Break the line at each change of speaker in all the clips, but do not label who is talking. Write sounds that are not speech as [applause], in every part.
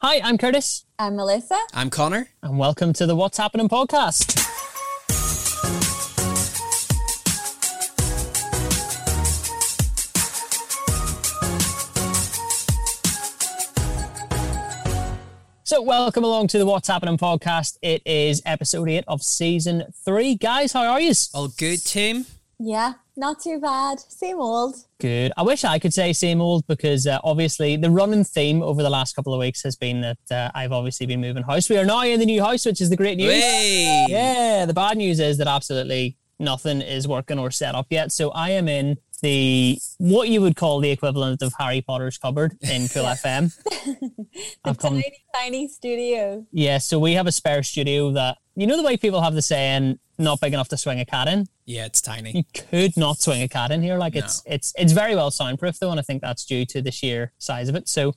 Hi, I'm Curtis,
I'm Melissa.
I'm Connor.
and welcome to the What's Happening podcast. So, welcome along to the What's Happening podcast. It is episode eight of season three. Guys, how are you?
All good, team.
Yeah, not too bad. Same old.
Good. I wish I could say same old because uh, obviously the running theme over the last couple of weeks has been that uh, I've obviously been moving house. We are now in the new house, which is the great news.
Hey.
Yeah, the bad news is that absolutely nothing is working or set up yet. So I am in the what you would call the equivalent of Harry Potter's cupboard in Cool FM.
[laughs] The
I've come-
tiny, tiny studio.
Yeah, so we have a spare studio that you know the way people have the saying not big enough to swing a cat in.
Yeah, it's tiny.
[laughs] You could not swing a cat in here. Like it's it's it's very well soundproof though, and I think that's due to the sheer size of it. So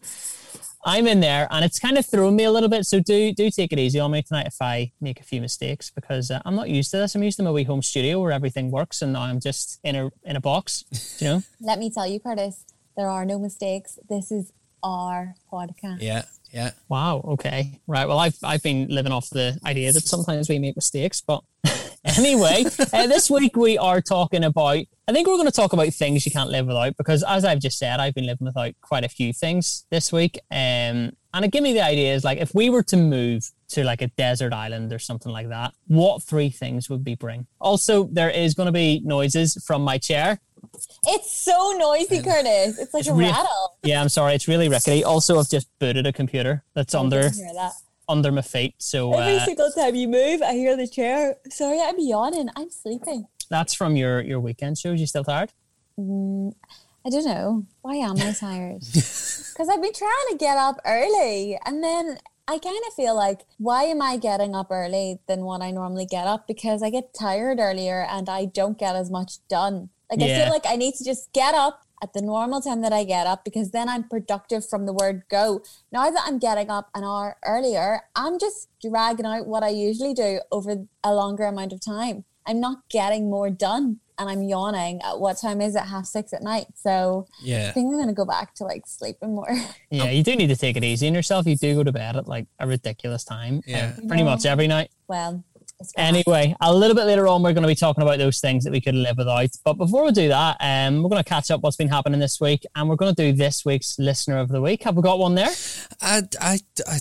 I'm in there, and it's kind of thrown me a little bit. So do do take it easy on me tonight if I make a few mistakes because uh, I'm not used to this. I'm used to my wee home studio where everything works, and now I'm just in a in a box. You know,
Let me tell you, Curtis, there are no mistakes. This is our podcast.
Yeah, yeah.
wow, okay, right. Well, I've I've been living off the idea that sometimes we make mistakes, but [laughs] anyway, uh, this week we are talking about. I think we're going to talk about things you can't live without because, as I've just said, I've been living without quite a few things this week. Um, and it gave me the idea is like if we were to move to like a desert island or something like that, what three things would we bring? Also, there is going to be noises from my chair.
It's so noisy, Curtis. It's like
It's
a
real-
rattle.
Yeah, I'm sorry, it's really rickety. Also, I've just booted a computer that's
I
under
can hear that.
under my feet, so
Oh, Every
uh,
single time you move, I hear the chair. Sorry, I'm yawning. I'm sleeping.
that's from your your weekend shows. You still tired?
Mm, I don't know. Why am I tired? Because I've been trying to get up early and then I kind of feel like, why am I getting up early than what I normally get up? Because I get tired earlier and I don't get as much done. Like, I
Yeah.
feel like I need to just get up at the normal time that I get up because then I'm productive from the word go. Now that I'm getting up an hour earlier, I'm just dragging out what I usually do over a longer amount of time. I'm not getting more done and I'm yawning at what time is it? Half six at night. So I
Yeah.
think I'm going to go back to like sleeping more. [laughs]
Yeah, you do need to take it easy on yourself. You do go to bed at like a ridiculous time.
Yeah.
um, pretty much every night.
Well, it's gonna
Anyway, a little bit later on, we're going to be talking about those things that we could live without. But before we do that, um, we're going to catch up what's been happening this week, and we're going to do this week's listener of the week. Have we got one there?
I, I, I,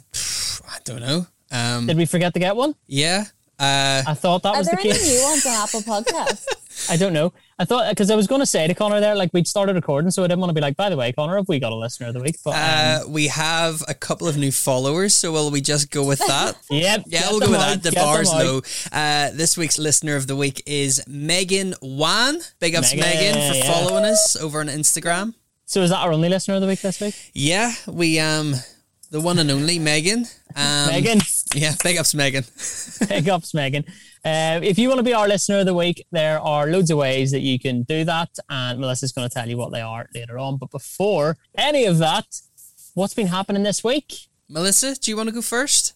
I don't know. Um,
Did we forget to get one?
yeah. Uh,
I thought that
Are
was the
there any
case.
new ones on Apple Podcasts?
I don't know. I thought because I was going to say to Connor there, like we'd started recording, so I didn't want to be like, by the way, Connor, have we got a listener of the week? But um,
uh, we have a couple of new followers, so will we just go
[laughs]
with that?
yep,
Yeah,
get
we'll go
them
with
out,
that. The
get them
bar's
out.
low. Uh, this week's listener of the week is Megan Wan. Big ups,
Megan,
Megan, for
yeah.
following us over on Instagram.
So is that our only listener of the week this week?
Yeah, we um, the one and only Megan.
[laughs]
Um,
Megan.
Yeah, big ups, Megan.
pickups, Megan. Uh, if you want to be our listener of the week, there are loads of ways that you can do that, and Melissa's going to tell you what they are later on. But before any of that, what's been happening this week?
Melissa, do you want to go first?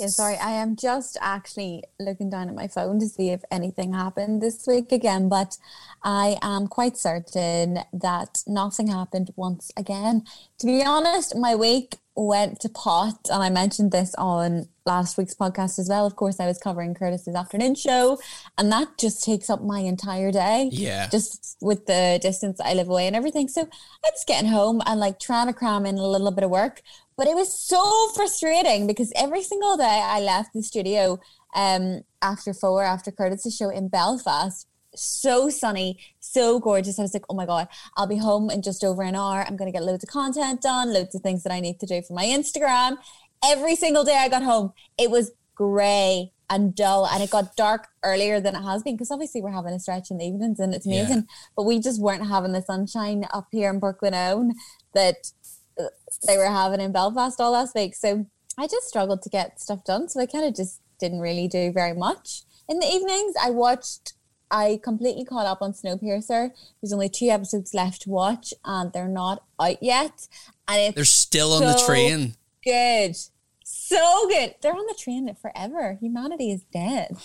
yeah, sorry. I am just actually looking down at my phone to see if anything happened this week again, but I am quite certain that nothing happened once again. To be honest, my week went to pot, and I mentioned this on last week's podcast as well. Of course, I was covering Curtis's afternoon show, and that just takes up my entire day.
Yeah.
just with the distance I live away and everything. So I was getting home and like trying to cram in a little bit of work, but it was so frustrating because every single day I left the studio um after four after Curtis's show in Belfast. So sunny, so gorgeous. I was like, oh my God, I'll be home in just over an hour. I'm going to get loads of content done, loads of things that I need to do for my Instagram. Every single day I got home, it was grey and dull and it got dark earlier than it has been because obviously we're having a stretch in the evenings and it's
Yeah.
amazing but we just weren't having the sunshine up here in Brooklyn Own that uh, they were having in Belfast all last week so I just struggled to get stuff done so I kind of just didn't really do very much in the evenings I watched I completely caught up on Snowpiercer there's only two episodes left to watch and they're not out yet and it's
They're still on the
So-
train.
good. So good. They're on the train forever. Humanity is dead.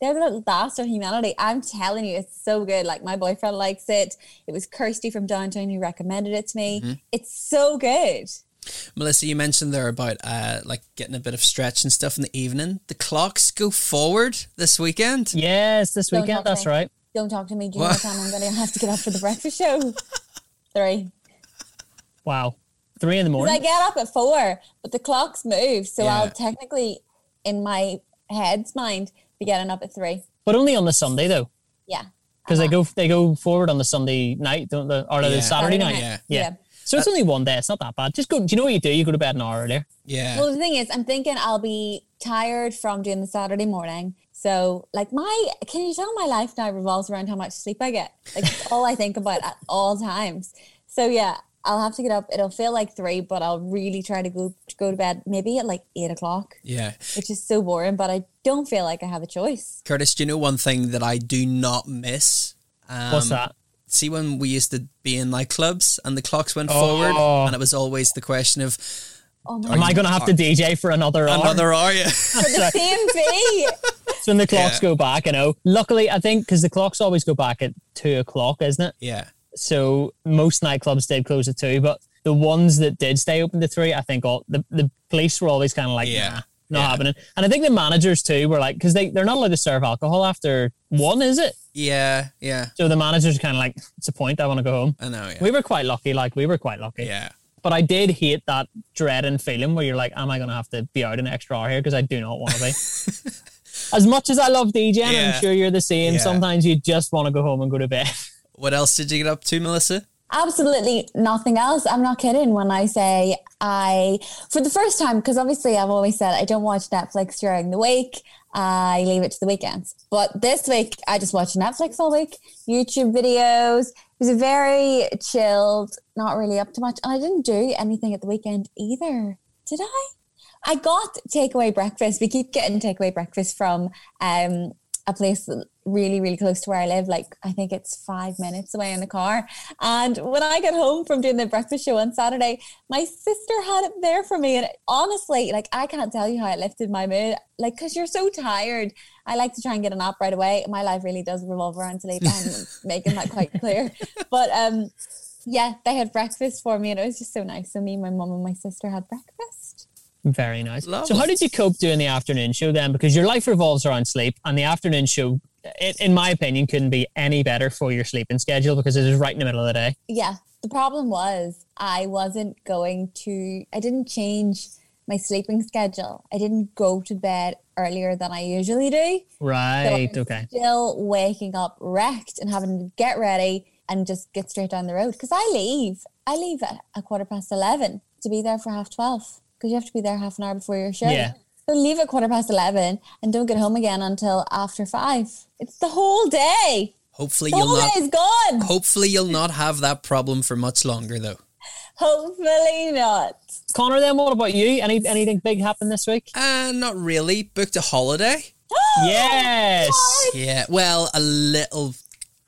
They're the last of humanity. I'm telling you, it's so good. Like my boyfriend likes it. It was Kirsty from Downtown who recommended it to me.
Mhm.
It's so good.
Melissa, you mentioned there about uh, like getting a bit of stretch and stuff in the evening. The clocks go forward this weekend.
Yes, this
Don't
weekend.
talk
That's
to me.
right.
Don't talk to me during
What?
the time I'm going to have to get up for the
[laughs]
breakfast show. Three.
Wow. Three in the
'Cause I
morning.
get up at four, but the clocks move. So
Yeah.
I'll technically, in my head's mind, be getting up at three.
But only on the Sunday though,
Yeah.
because they go they go forward on the Sunday night, don't they? Or the
Yeah.
Saturday, night.
night.
Yeah. So it's only one day. It's not that bad. Just go. Do you know what you do? You go to bed an hour earlier.
Yeah.
Well, the thing is, I'm thinking I'll be tired from doing the Saturday morning. So, like, my can you tell my life now revolves around how much sleep I get? Like, it's all I think about at all times. So, yeah, I'll have to get up. It'll feel like three, but I'll really try to go to go to bed maybe at like eight o'clock,
yeah.
which is so boring. But I don't feel like I have a choice.
Curtis, do you know one thing that I do not miss? Um,
What's that?
See, when we used to be in nightclubs and the clocks went
Oh.
forward, and it was always the question of
Oh my
Am I
you-
going to have to DJ for another hour?
another hour. [laughs] Yeah.
for the CMV.
It's when the clocks
Yeah.
go back, you know. Luckily, I think because the clocks always go back at two o'clock, isn't it?
yeah.
So most nightclubs did close at two, but the ones that did stay open to three, I think all the, the police were always kind of like,
Yeah.
yeah. Not
Yeah.
happening, and I think the managers too were like, because they they're not allowed to serve alcohol after one, is it?
Yeah. Yeah.
So the managers kind of like, it's a point. I want to go home.
I know. Yeah.
We were quite lucky, like we were quite lucky.
yeah.
But I did hate that dread and feeling where you're like, am I going to have to be out an extra hour here? Because I do not want to
[laughs]
be. as much as I love DJing,
Yeah.
I'm sure you're the same.
Yeah.
Sometimes you just want to go home and go to bed. [laughs]
What else did you get up to, Melissa?
absolutely nothing else. I'm not kidding when I say I, for the first time, because obviously I've always said I don't watch Netflix during the week. I leave it to the weekends. But this week, I just watched Netflix all week, YouTube videos. It was a very chilled, not really up to much. And I didn't do anything at the weekend either, did I? I got takeaway breakfast. We keep getting takeaway breakfast from um, a place really, really close to where I live. Like, I think it's five minutes away in the car. And when I got home from doing the breakfast show on Saturday, my sister had it there for me. And honestly, like, I can't tell you how it lifted my mood. Like, because you're so tired. I like to try and get a nap right away. My life really does revolve around sleep. I'm making that quite clear. But um, yeah, they had breakfast for me and it was just so nice. So, me, my mum, and my sister had breakfast.
Very nice.
Lovely.
So, how did you cope doing the afternoon show then? Because your life revolves around sleep, and the afternoon show, it, in my opinion, couldn't be any better for your sleeping schedule because it is right in the middle of the day.
Yeah. The problem was I wasn't going to, I didn't change my sleeping schedule. I didn't go to bed earlier than I usually do.
Right.
So-
Okay.
Still waking up wrecked and having to get ready and just get straight down the road. Because I leave, I leave at a quarter past 11 to be there for half 12 because you have to be there half an hour before your show.
Yeah.
So leave at quarter past 11 and don't get home again until after five. It's the whole day.
Hopefully
The
you'll
whole
not.
day is gone.
Hopefully you'll not have that problem for much longer, though.
Hopefully not. [gasps]
Connor, then what about you? Any anything big happened this week?
Uh, not really. Booked a holiday.
yes.
Yeah, well, a little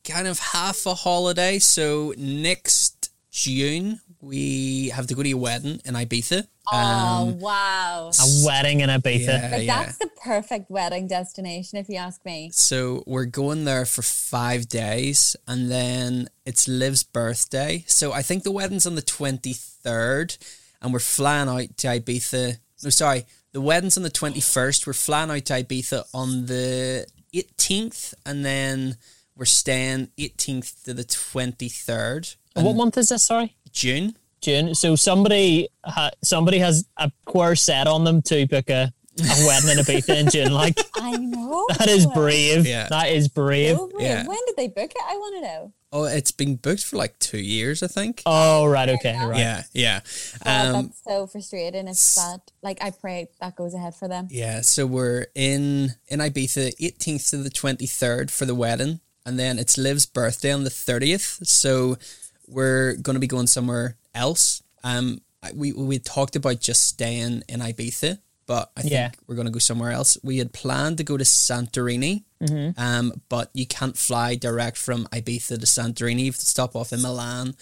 kind of half a holiday. So next June, we have to go to a wedding in Ibiza.
Oh wow!
A wedding in Ibiza.
yeah,
Like
yeah.
that's the perfect wedding destination, if you ask
[laughs]
me.
So we're going there for five days, and then it's Liv's birthday. So I think the wedding's on the twenty third, and we're flying out to Ibiza. No, sorry, the wedding's on the twenty first. We're flying out to Ibiza on the eighteenth, and then we're staying eighteenth to the twenty third
And What month is this? Sorry,
June.
June. So somebody ha- somebody has a queer set on them to book a, a wedding in Ibiza in June. Like
I know
that
[laughs]
is brave.
Yeah.
That is brave.
So weird.
Yeah.
When did they book it? I want to know.
Oh, it's been booked for like two years, I think.
Oh right, okay, right. Oh,
Yeah, yeah.
God,
Um,
that's so frustrating. It's sad. Like I pray that goes ahead for them.
Yeah, so we're in in Ibiza, eighteenth to the twenty third for the wedding, and then it's Liv's birthday on the thirtieth. So we're gonna be going somewhere else. Um, I- we we talked about just staying in Ibiza, but I think
Yeah.
we're gonna go somewhere else. We had planned to go to Santorini,
Mm-hmm.
um, but you can't fly direct from Ibiza to Santorini. You have to stop off in Milan,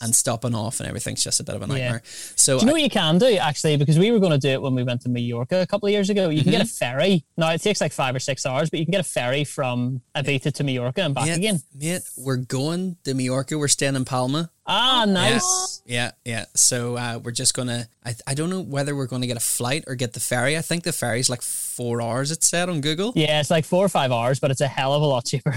and stopping off and everything's just a bit of a nightmare. So
Do you know what you can do actually? Because we were going to do it when we went to Mallorca a couple of years ago. You can get a
Mm-hmm.
ferry. Now it takes like five or six hours, but you can get a ferry from Ibiza to Mallorca and back
Mate,
again.
Mate, we're going to Mallorca. We're staying in Palma.
Ah, nice.
Yeah, yeah. So uh, we're just gonna. I, I don't know whether we're gonna get a flight or get the ferry. I think the ferry's like four hours. It said on Google.
Yeah. it's like four or five hours, but it's a hell of a lot
[laughs]
cheaper.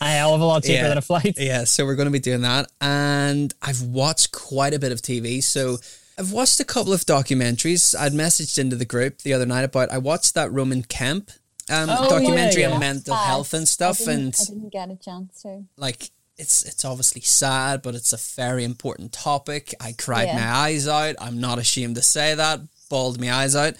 a hell of a lot cheaper
Yeah.
than a flight.
Yeah, so we're going to be doing that. And I've watched quite a bit of TV. So I've watched a couple of documentaries. I'd messaged into the group the other night about I watched that Roman Kemp um,
Oh,
documentary
yeah, yeah.
on mental
Sad.
health and
I
stuff,
didn't-
and
I didn't get a chance to.
like it's it's obviously sad, but it's a very important topic. I cried
Yeah.
my eyes out. I'm not ashamed to say that. Bawled my eyes out.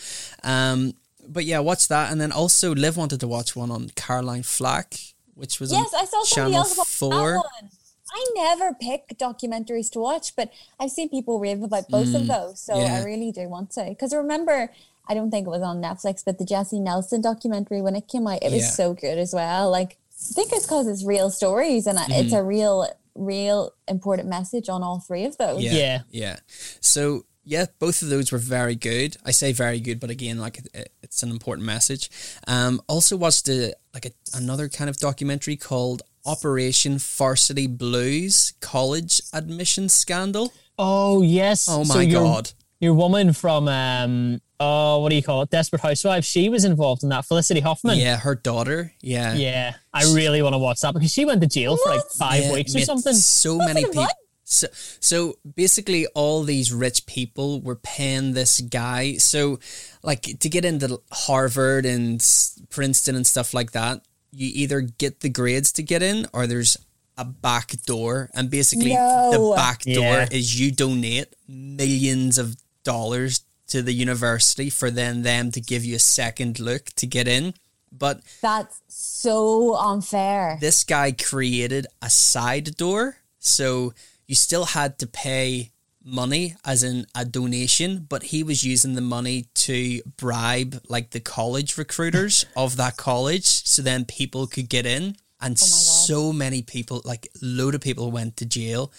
Um, but yeah, watch that, and then also Liv wanted to watch one on Caroline Flack, which was
Yes,
on
I saw somebody
Channel
else about
Four.
that one. I never pick documentaries to watch, but I've seen people rave about both of those, so
Mm, yeah.
I really do want to. Because remember, I don't think it was on Netflix, but the Jesse Nelson documentary when it came out, it was
Yeah.
so good as well. Like, I think it's because it's real stories and I
Mm-hmm.
it's a real, real important message on all three of those.
Yeah.
Yeah.
yeah. So yeah, both of those were very good. I say very good, but again, like it- it, it's an important message. Um, also watched a like a, another kind of documentary called Operation Varsity Blues College Admission Scandal.
Oh yes.
Oh
So
my
your-
god.
Your woman from um oh what do you call it? Desperate Housewives. She was involved in that. Felicity Hoffman.
Yeah, her daughter. Yeah.
Yeah, I really want to watch that because she went to jail for like
What?
five
Yeah,
weeks or
mate,
something.
So
That's
many
what it
people.
was.
So, so basically, all these rich people were paying this guy. So, like to get into Harvard and s- Princeton and stuff like that, you either get the grades to get in, or there's a back door. And basically,
No.
the back door
Yeah.
is you donate millions of dollars to the university for then them to give you a second look to get in. But
That's so unfair.
this guy created a side door so you still had to pay money as in a donation but he was using the money to bribe like the college recruiters of that college so then people could get in and so many people like load of people went to jail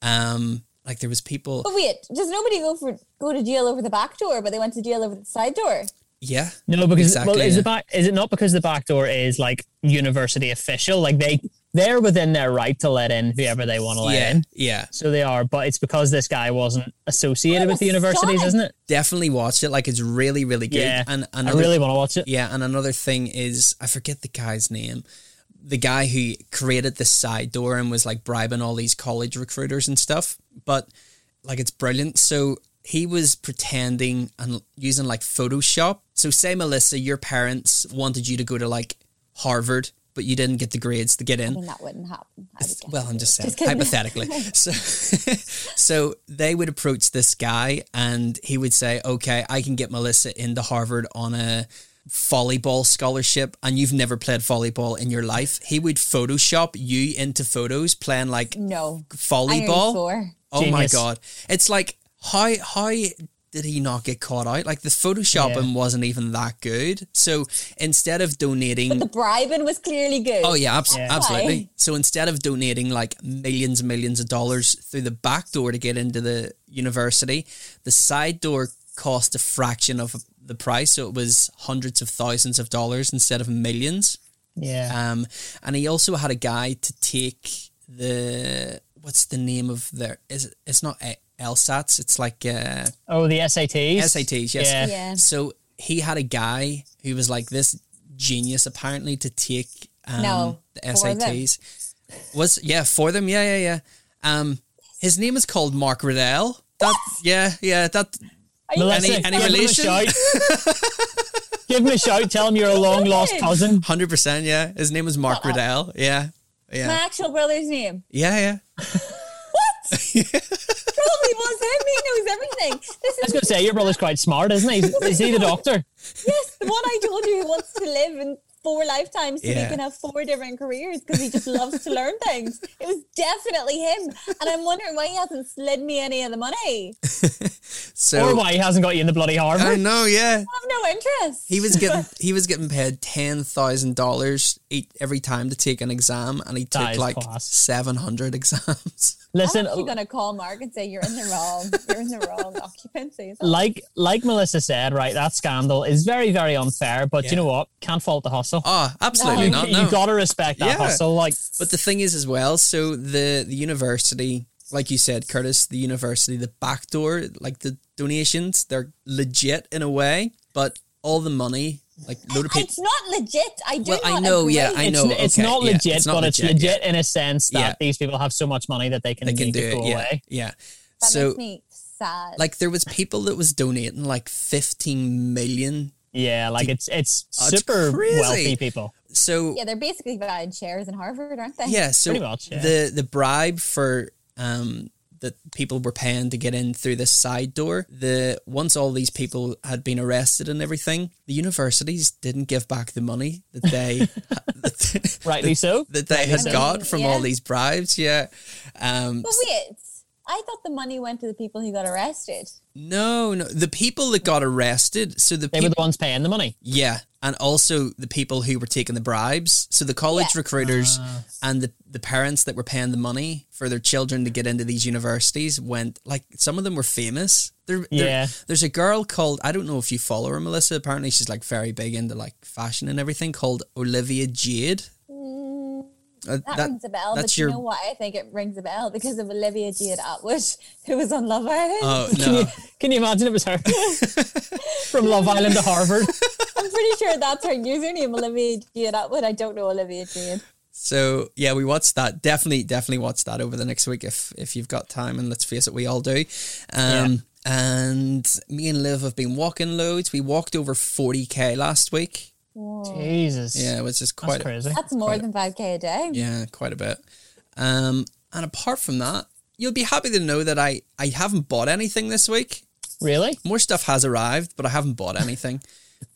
um like there was people
But wait, does nobody go for go to jail over the back door, but they went to jail over the side door?
yeah
No, because
Exactly,
well, is
yeah.
the back is it not because the back door is like university official? Like they they're within their right to let in whoever they want to let
yeah
in.
yeah
So they are, but it's because this guy wasn't associated
I'm
with the universities,
astonished.
isn't it?
definitely watched it like it's really really good
Yeah,
and
I
another
really want to watch it.
Yeah, and another thing is I forget the guy's name. The guy who created the side door and was like bribing all these college recruiters and stuff. But like it's brilliant. So he was pretending and using like Photoshop. So say Melissa, your parents wanted you to go to like Harvard, but you didn't get the grades to get in.
I mean, that wouldn't happen. I would guess.
Well, I'm just saying,
Just 'cause- [laughs]
hypothetically. so, [laughs] so they would approach this guy, and he would say, "Okay, I can get Melissa into Harvard on a volleyball scholarship, and you've never played volleyball in your life." He would Photoshop you into photos playing like
no. Mm. Iron
volleyball.
four.
Oh my
Genius.
god! It's like how how did he not get caught out? Like the photoshopping
Yeah.
wasn't even that good. So instead of donating,
The bribing was clearly good.
Oh yeah, abs-
Yeah.
absolutely.
Why?
So instead of donating like millions and millions of dollars through the back door to get into the university, the side door cost a fraction of the price. So it was hundreds of thousands of dollars instead of millions.
Yeah.
Um, and he also had a guy to take the what's the name of their is it, it's not E-, A- LSATs, it's like uh,
Oh, the SATs.
SATs, yes.
Yeah.
Yeah.
So he had a guy who was like this genius apparently to take um,
No,
the
for them.
SATs. Was yeah for them? Yeah, yeah, yeah. Um, his name is called Mark Riddell. That yeah, yeah. That
Are you
Melissa,
Any- any
give
relation?
Him
[laughs]
a shout. give him a shout. Tell him you're a long lost cousin.
hundred percent. Yeah, his name was Mark Riddell. Yeah, yeah,
my actual brother's name?
yeah, yeah. [laughs]
Probably was him. He knows everything. This
I was
is
going to say your brother's quite smart, isn't he? Is- Is he the
[laughs]
doctor?
yes, the one I told you who wants to live in four lifetimes so
Yeah.
he can have four different careers because he just loves to learn things. It was definitely him, and I'm wondering why he hasn't slid me any of the money. I
Or
So
why he hasn't got you in the bloody Harvard?
Oh. I know. Yeah,
have no interest.
he was getting he was getting paid ten thousand dollars every time to take an exam, and he
That
took
is
like
class.
seven hundred exams. [laughs]
Listen,
I'm actually going to call Mark and say you're in the wrong. You're in the
[laughs]
wrong occupancy. Is that
like like Melissa said, right? That scandal is very very unfair, but
Yeah.
you know what? Can't fault the hustle.
Oh, absolutely
you,
not. No.
got to respect that
Yeah.
hustle. Like,
But the thing is, as well, so the the university like you said, Curtis, the university, the back door, like the donations, they're legit in a way, but all the money, like load of people.
It's not legit. I do
Well,
not
I know,
agree.
yeah, I
it's,
know.
it's
okay,
not
yeah,
legit,
it's not
but it's
legit, yeah.
legit in a sense that
Yeah.
these people have so much money that [laughs] they can,
They can
make
do
it
it.
go
yeah,
away.
yeah.
That
So
makes me sad.
like there was people that was donating like 15 million.
Yeah, like it's it's
Oh, it's
super
crazy.
wealthy people.
So
yeah, they're basically buying shares in Harvard, aren't they?
yeah, so
Pretty much, yeah.
the the bribe for um that people were paying to get in through this side door. The once all these people had been arrested and everything, the universities didn't give back the money that
[laughs]
they [laughs] that,
Rightly so.
that they had
so.
got from all
Yeah.
these bribes. Yeah, um,
But wait, I thought the money went to the people who got arrested.
no, no, the people that got arrested. So the
They were
people,
the ones paying the money.
yeah, and also the people who were taking the bribes. So the college
Yeah.
recruiters. and the, the parents that were paying the money for their children to get into these universities went like some of them were famous. There, there-
Yeah.
there's a girl called I don't know if you follow her, Melissa. Apparently, she's like very big into like fashion and everything. Called Olivia Jade.
Mm,
Uh,
that,
that-
rings a bell.
that's
But
your-
you know why I think it rings a bell? Because of Olivia Jade Atwood, [laughs] who was on Love Island. [laughs]
oh
Can you,
no,
[laughs] can you imagine it was
[laughs]
her from Love Island to Harvard?
I'm pretty sure that's her username, Olivia Jade Atwood. I don't know Olivia
[laughs]
Jade.
So yeah, we watched that. Definitely, definitely watch that over the next week if if you've got time. And let's face it, we all do. Um, And me and Liv have been walking loads. We walked over forty k last week.
Whoa.
Jesus.
Oh. Yeah, which
That's
is quite
crazy.
That's more
Quite a-
than 5K a day.
yeah, quite a bit. Um, and apart from that, you'll be happy to know that I I haven't bought anything this week.
Really?
More stuff has arrived, but I haven't
[laughs]
bought anything.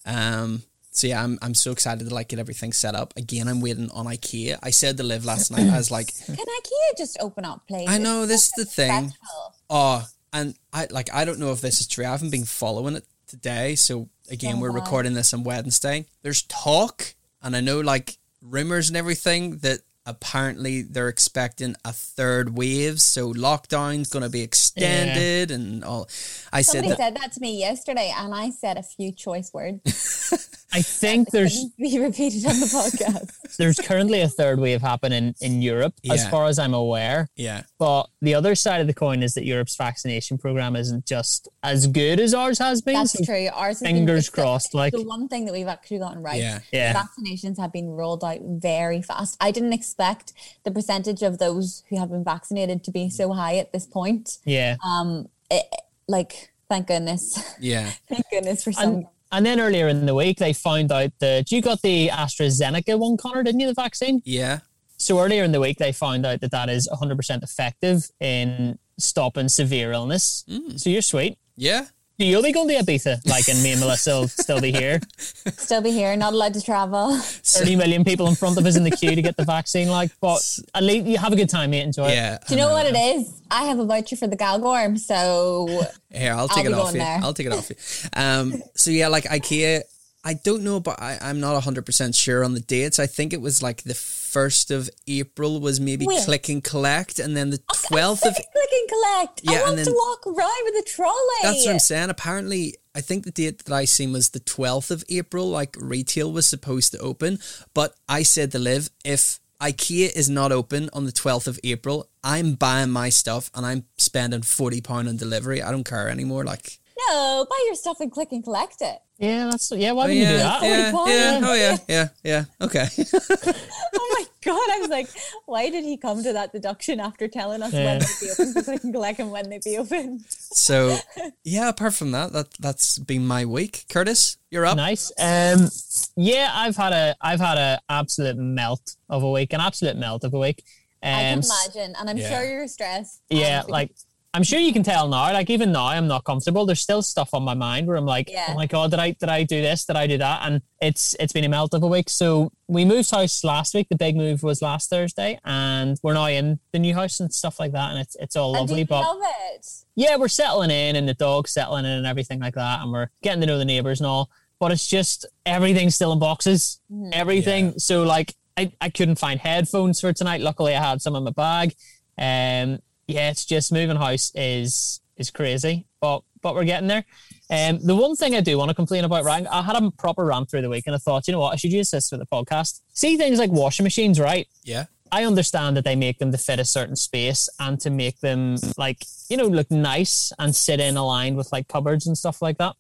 um, so yeah, I'm I'm so excited to like get everything set up. Again, I'm waiting on IKEA. I said to Liv last night, I was like.
Can IKEA just open up, please?
I know this is the thing.
Respectful.
Oh, and I like I don't know if this is true. I haven't been following it today, so again,
Oh,
we're
wow.
recording this on Wednesday. There's talk, and I know like rumors and everything that apparently they're expecting a third wave, so lockdown's going to be extended and all. I
Somebody
said that.
said that to me yesterday, and I said a few choice words.
I think there's
Couldn't be [laughs] repeated on the podcast.
there's currently a third wave happening in Europe, as
Yeah.
far as I'm aware.
yeah,
But the other side of the coin is that Europe's vaccination program isn't just as good as ours has been.
That's
So
true. Ours has been
fingers
fixed up.
crossed. Like,
the one thing that we've actually gotten right.
Yeah.
Yeah.
Vaccinations have been rolled out very fast. I didn't expect the percentage of those who have been vaccinated to be so high at this point.
yeah.
Um, it, like, thank goodness, [laughs]
yeah,
thank goodness for some.
And, and then earlier in the week, they found out that you got the AstraZeneca one, Connor, didn't you? The vaccine.
yeah.
So earlier in the week, they found out that that is 100% effective in stopping severe illness.
Mm.
So you're sweet.
Yeah,
You'll be going to Ibiza, like, and me and Melissa will still be
[laughs]
here.
[laughs] Still be here, not allowed to travel.
30 million people in front of us in the queue to get the vaccine. Like, but at least you have a good time, mate. Enjoy it.
yeah.
Do you know what it is? I have a voucher for the Galgorm, so
Here, I'll
I'll
take it
be
off
going
you.
there.
I'll take it
[laughs]
off you. Um, so yeah, like IKEA, I don't know, but I, I'm not hundred percent sure on the dates. I think it was like the first of April was maybe
Wait.
click and collect, and then the twelfth of.
click and collect.
Yeah,
I
and
want to
then-
walk around with a trolley.
That's what I'm saying. Apparently, I think the date that I seen was the twelfth of April. Like retail was supposed to open, but I said to live if. IKEA is not open on the 12th of April. I'm buying my stuff and I'm spending 40 pound on delivery. I don't care anymore like
No, buy your stuff and click and collect it.
Yeah, that's yeah. Why
Oh,
wouldn't you do
yeah,
that?
yeah,
Oh my
yeah,
God.
oh yeah, yeah, yeah. Okay. [laughs]
Oh my [laughs] god! I was like, why did he come to that deduction after telling us
Yeah.
when they'd be open, so I can collect and when they'd be open?
so yeah, apart from that, that that's been my week. Curtis, you're up.
Nice. Um, yeah, I've had a I've had a absolute melt of a week, an absolute melt of a week. Um,
I can imagine, and I'm
yeah.
sure you're stressed.
Yeah,
Um,
like I'm sure you can tell now. Like even now, I'm not comfortable. There's still stuff on my mind where I'm like,
Yeah.
oh my god, did I did I do this? Did I do that? And it's it's been a melt of a week. So we moved house last week. The big move was last Thursday, and we're now in the new house and stuff like that. And it's it's all
and do
lovely.
you
But
love it.
yeah, we're settling in and the dog's settling in and everything like that. And we're getting to know the neighbors and all. But it's just everything's still in boxes,
Mhm.
everything.
Yeah.
So, like, I, I couldn't find headphones for tonight. Luckily, I had some in my bag. Um, yeah, it's just moving house is is crazy, but but we're getting there. Um, the one thing I do want to complain about, right? I had a proper rant through the week, and I thought, you know what, I should use this for the podcast. See things like washing machines, right?
Yeah.
I understand that they make them to fit a certain space and to make them like you know look nice and sit in aligned with like cupboards and stuff like that.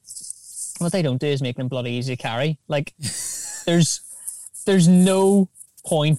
What they don't do is make them bloody easy to carry.
[laughs]
Like there's there's no point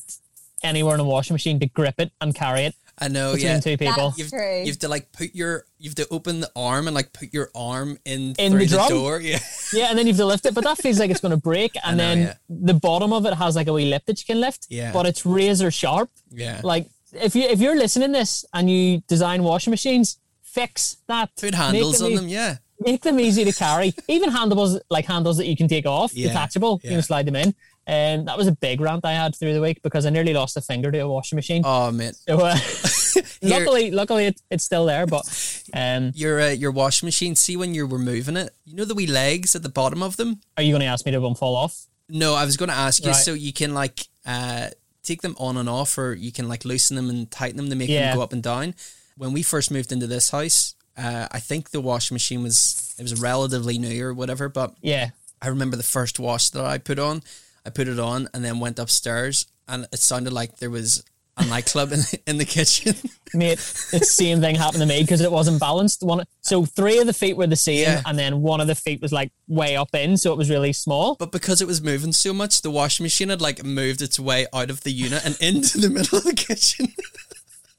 anywhere in a washing machine to grip it and carry it
I know,
between
Oh, yeah.
two people.
That's
You've,
True.
you've to like put your you've to open the arm and like put your arm in,
In
through
the drum?
door. Yeah.
Yeah, and then you have to lift it, but that feels like it's going to
[laughs]
break. And
know,
then
yeah.
the bottom of it has like a wee lip that you can lift.
Yeah.
but it's razor sharp.
[laughs] Yeah.
Like if you if you're listening this and you design washing machines, fix that.
Put handles
Make
on
e-
them, yeah.
Make them easy to
[laughs]
carry. Even handles like handles that you can take off,
Yeah,
detachable. You
yeah.
can slide them in. And that was a big rant I had through the week because I nearly lost a finger to a washing machine.
Oh man.
So,
[laughs]
uh, [laughs]
Here-
luckily, luckily it, it's still there. But um,
Your uh, your wash machine, see when you were moving it, you know the wee legs at the bottom of them?
are you going to ask me to one fall off?
No, I was going to ask you.
Right.
So you can like uh, take them on and off, or you can like loosen them and tighten them to make
Yeah.
them go up and down. When we first moved into this house, uh, I think the washing machine was it was relatively new or whatever. But
Yeah,
I remember the first wash that I put on. I put it on and then went upstairs, and it sounded like there was a nightclub in in the kitchen. [laughs]
mate. It's same thing happened to me because it wasn't balanced. One, so three of the feet were the same,
Yeah.
and then one of the feet was like way up in, so it was really small.
But because it was moving so much, the washing machine had like moved its way out of the unit and into the middle of the kitchen. [laughs]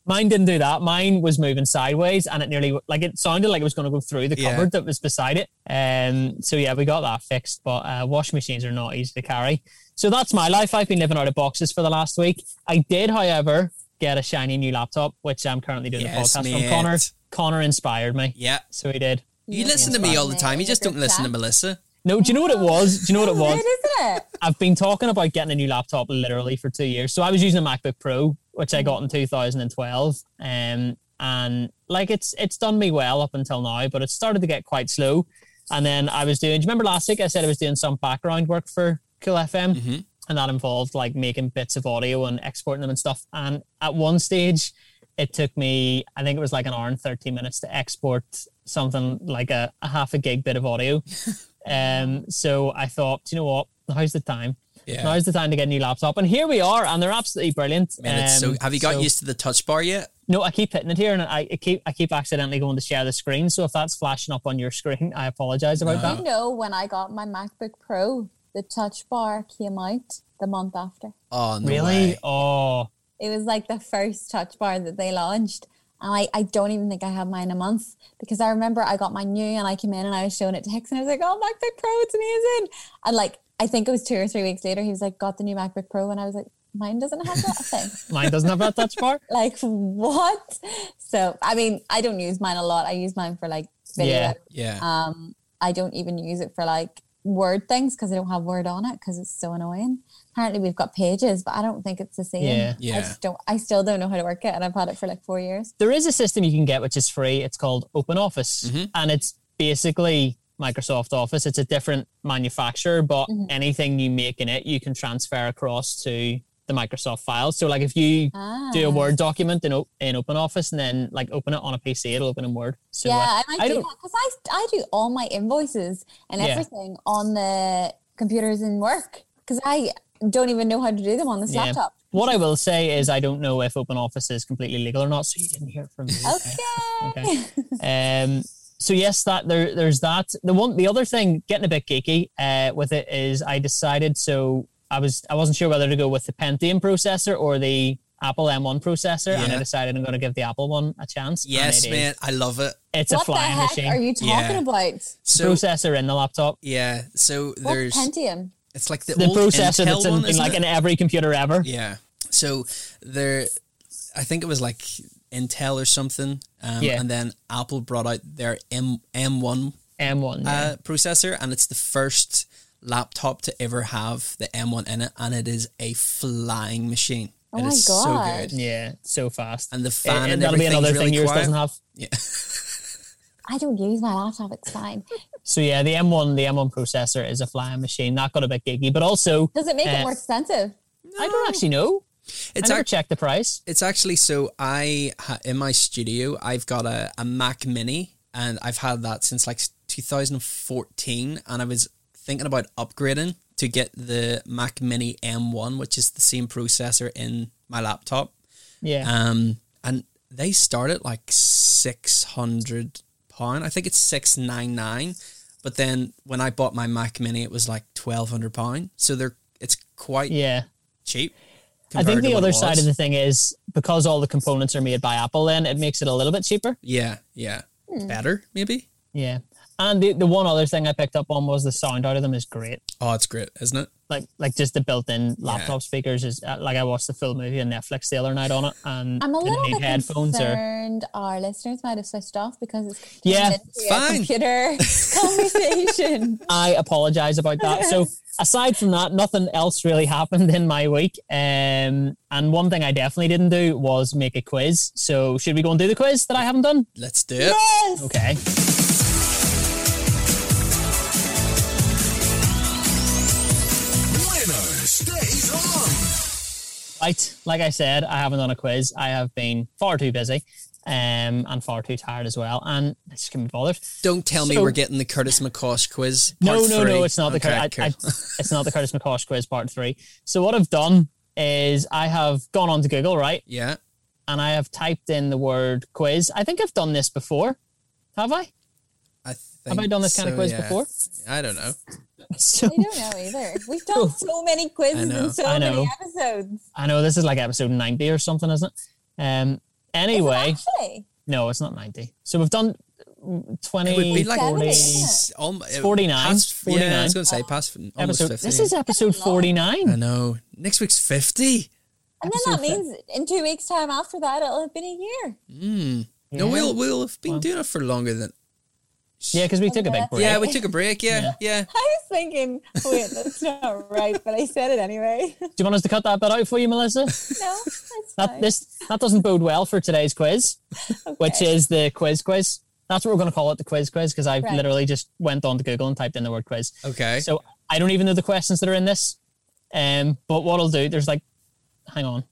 Mine didn't do that. Mine was moving sideways, and it nearly like it sounded like it was going to go through the
Yeah.
cupboard that was beside it. Um, so yeah, we got that fixed. But uh, washing machines are not easy to carry. So that's my life. I've been living out of boxes for the last week. I did, however, get a shiny new laptop, which I'm currently doing
Yes,
the podcast
mate.
from. Connor, Connor inspired me,
yeah,
so he did.
you listen to me all the time. You just don't listen to
me.
Melissa.
No, do you know what it was? Do you
[laughs]
know what it was?
isn't it?
I've been talking about getting a new laptop literally for two years. So I was using a MacBook Pro, which I got in 2012, um, and like it's it's done me well up until now, but it started to get quite slow. And then I was doing. Do you remember last week I said I was doing some background work for Cool FM,
Mhm.
and that involved like making bits of audio and exporting them and stuff. And at one stage, it took me I think it was like an hour and 13 minutes to export something like a, a half a gig bit of audio. um, so I thought, "Do you know what? Now's the time.
Yeah.
Now's the time to get a new laptop. And here we are, and they're absolutely brilliant.
Man, it's so.
Um,
Have you got
so-
used to the touch bar yet?
No, I keep hitting it here, and I, I keep I keep accidentally going to share the screen. So if that's flashing up on your screen, I apologize about
No.
that.
You know, when I got my MacBook Pro, the touch bar came out the month after.
Oh, no
really?
way.
Oh,
It was like the first touch bar that they launched. And I, I don't even think I had mine a month because I remember I got my new and I came in and I was showing it to Hicks and I was like, oh, MacBook Pro, it's amazing. And like, I think it was two or three weeks later, he was like, got the new MacBook Pro. And I was like, mine doesn't have that thing.
mine doesn't have that touch
[laughs]
bar.
like, what? So, I mean, I don't use mine a lot. I use mine for like video
Yeah.
Yeah.
Um, I don't even use it for like word things because I don't have word on it because it's so annoying. Apparently, we've got pages, but I don't think it's the same.
Yeah.
Yeah.
I just don't. I still don't know how to work it, and I've had it for like four years.
There is a system you can get which is free. It's called Open Office,
Mhm.
and it's basically Microsoft Office. It's a different manufacturer, but
Mhm.
anything you make in it, you can transfer across to the Microsoft file. So like if you
Ah.
do a Word document in, o- in Open Office and then like open it on a PC, it'll open in Word. So uh,
yeah, I might
I
do
don't-
that because I I do all my invoices and
Yeah.
everything on the computers in work because I don't even know how to do them on this
Yeah.
laptop.
What I will say is I don't know if open office is completely legal or not, so you didn't hear it from me.
Okay. [laughs]
Okay. Um, so yes, that there, there's that. The one, the other thing, getting a bit geeky uh, with it is I decided so I was I wasn't sure whether to go with the Pentium processor or the Apple M1 processor, and
Yeah.
I decided I'm going to give the Apple one a chance. and
Yes,
it is-
man. I love it.
it's a
what the
flying
heck
machine.
are you
Yeah.
talking about?
So
processor in the laptop.
yeah. So
What
there's
Pentium?
it's like the,
The
old
processor
Intel
that's in,
one,
in
isn't
like
it?
in every computer ever.
Yeah. So there, I think it was like Intel or something. Um,
Yeah.
And then Apple brought out their M M1
M1. yeah.
uh, processor, and it's the first laptop to ever have the M1 in it, and it is a flying machine.
Oh
it
my
is so
God.
good.
yeah, so fast.
And the fan
and,
and,
that'll be
everything's
another
really
thing yours
quiet.
doesn't have.
I don't use my laptop. It's fine.
So yeah, the M1, the M1 processor is a flying machine. That got a bit geeky, but also
Does it make
Uh,
it more expensive?
I don't actually know.
It's
I never
ac-
checked the price.
It's actually so I ha- in my studio I've got a, a Mac Mini and I've had that since like 2014 and I was thinking about upgrading to get the Mac Mini M1 which is the same processor in my laptop.
Yeah.
Um, and they start at like six hundred pound. I think it's six nine nine. But then when I bought my Mac Mini, it was like twelve hundred pound. So they're it's quite
yeah.
cheap.
I think
compared to
the
what it
other side
was.
of the thing is because all the components are made by Apple, then it makes it a little bit cheaper.
yeah, yeah,
Hmm.
better maybe.
Yeah. And the, the one other thing I picked up on was the sound out of them is great.
Oh, it's great, isn't it?
Like like just the built-in laptop speakers is uh, like I watched the full movie on Netflix the other night on it, and
I'm a
didn't
little
need
bit
headphones or
concerned. Our listeners might have switched off because it's
Yeah,
turned into a
fine.
[laughs]
computer conversation.
I apologize about that. So aside from that, nothing else really happened in my week. Um, and one thing I definitely didn't do was make a quiz. So should we go and do the quiz that I haven't done?
Let's do it.
yes.
Okay.
Winner stays on.
Right. Like I said, I haven't done a quiz. I have been far too busy um, and far too tired as well. And I just couldn't be bothered.
Don't tell me
So-
we're getting the Curtis McCosh quiz.
No,
part
no, no,
three.
it's not the
Okay,
Cur- I, I,
cool.
it's not the Curtis McCosh quiz part three. So what I've done is I have gone onto Google, right,
yeah,
and I have typed in the word quiz. I think I've done this before. Have I?
I think
Have I done this kind
so,
of quiz
yeah. [laughs]
before?
I don't know.
So
We don't know either. We've done so many quizzes
know,
and so
Oh. I know.
many episodes.
I know this is like episode ninety or something, isn't it? Um. Anyway,
Actually,
no, it's not ninety. So we've done twenty.
It would be like
40
70, isn't it?
um, it-
49,
past-
49.
Yeah, I was going to say past almost
episode.
50.
This is episode
That's a lot.
forty
I
nine.
know. Next week's 50.
and then that means in two weeks' time after that, it'll have been a year.
Mm. No,
Yeah.
we'll, we'll have been
Wow.
doing it for longer than.
Yeah, because we took a big break.
Yeah, we took a break. Yeah, yeah.
I was thinking, wait, that's not right, but I said it anyway. [laughs]
Do you want us to cut that bit out for you,
[laughs]
Melissa?
no, that's
That
fine.
this that doesn't bode well for today's quiz, which
Okay.
is the quiz quiz. That's what we're going to call it, the quiz quiz, because I
Right.
literally just went on to Google and typed in the word quiz.
Okay.
So I don't even know the questions that are in this. Um, but what I'll do, there's like, hang on.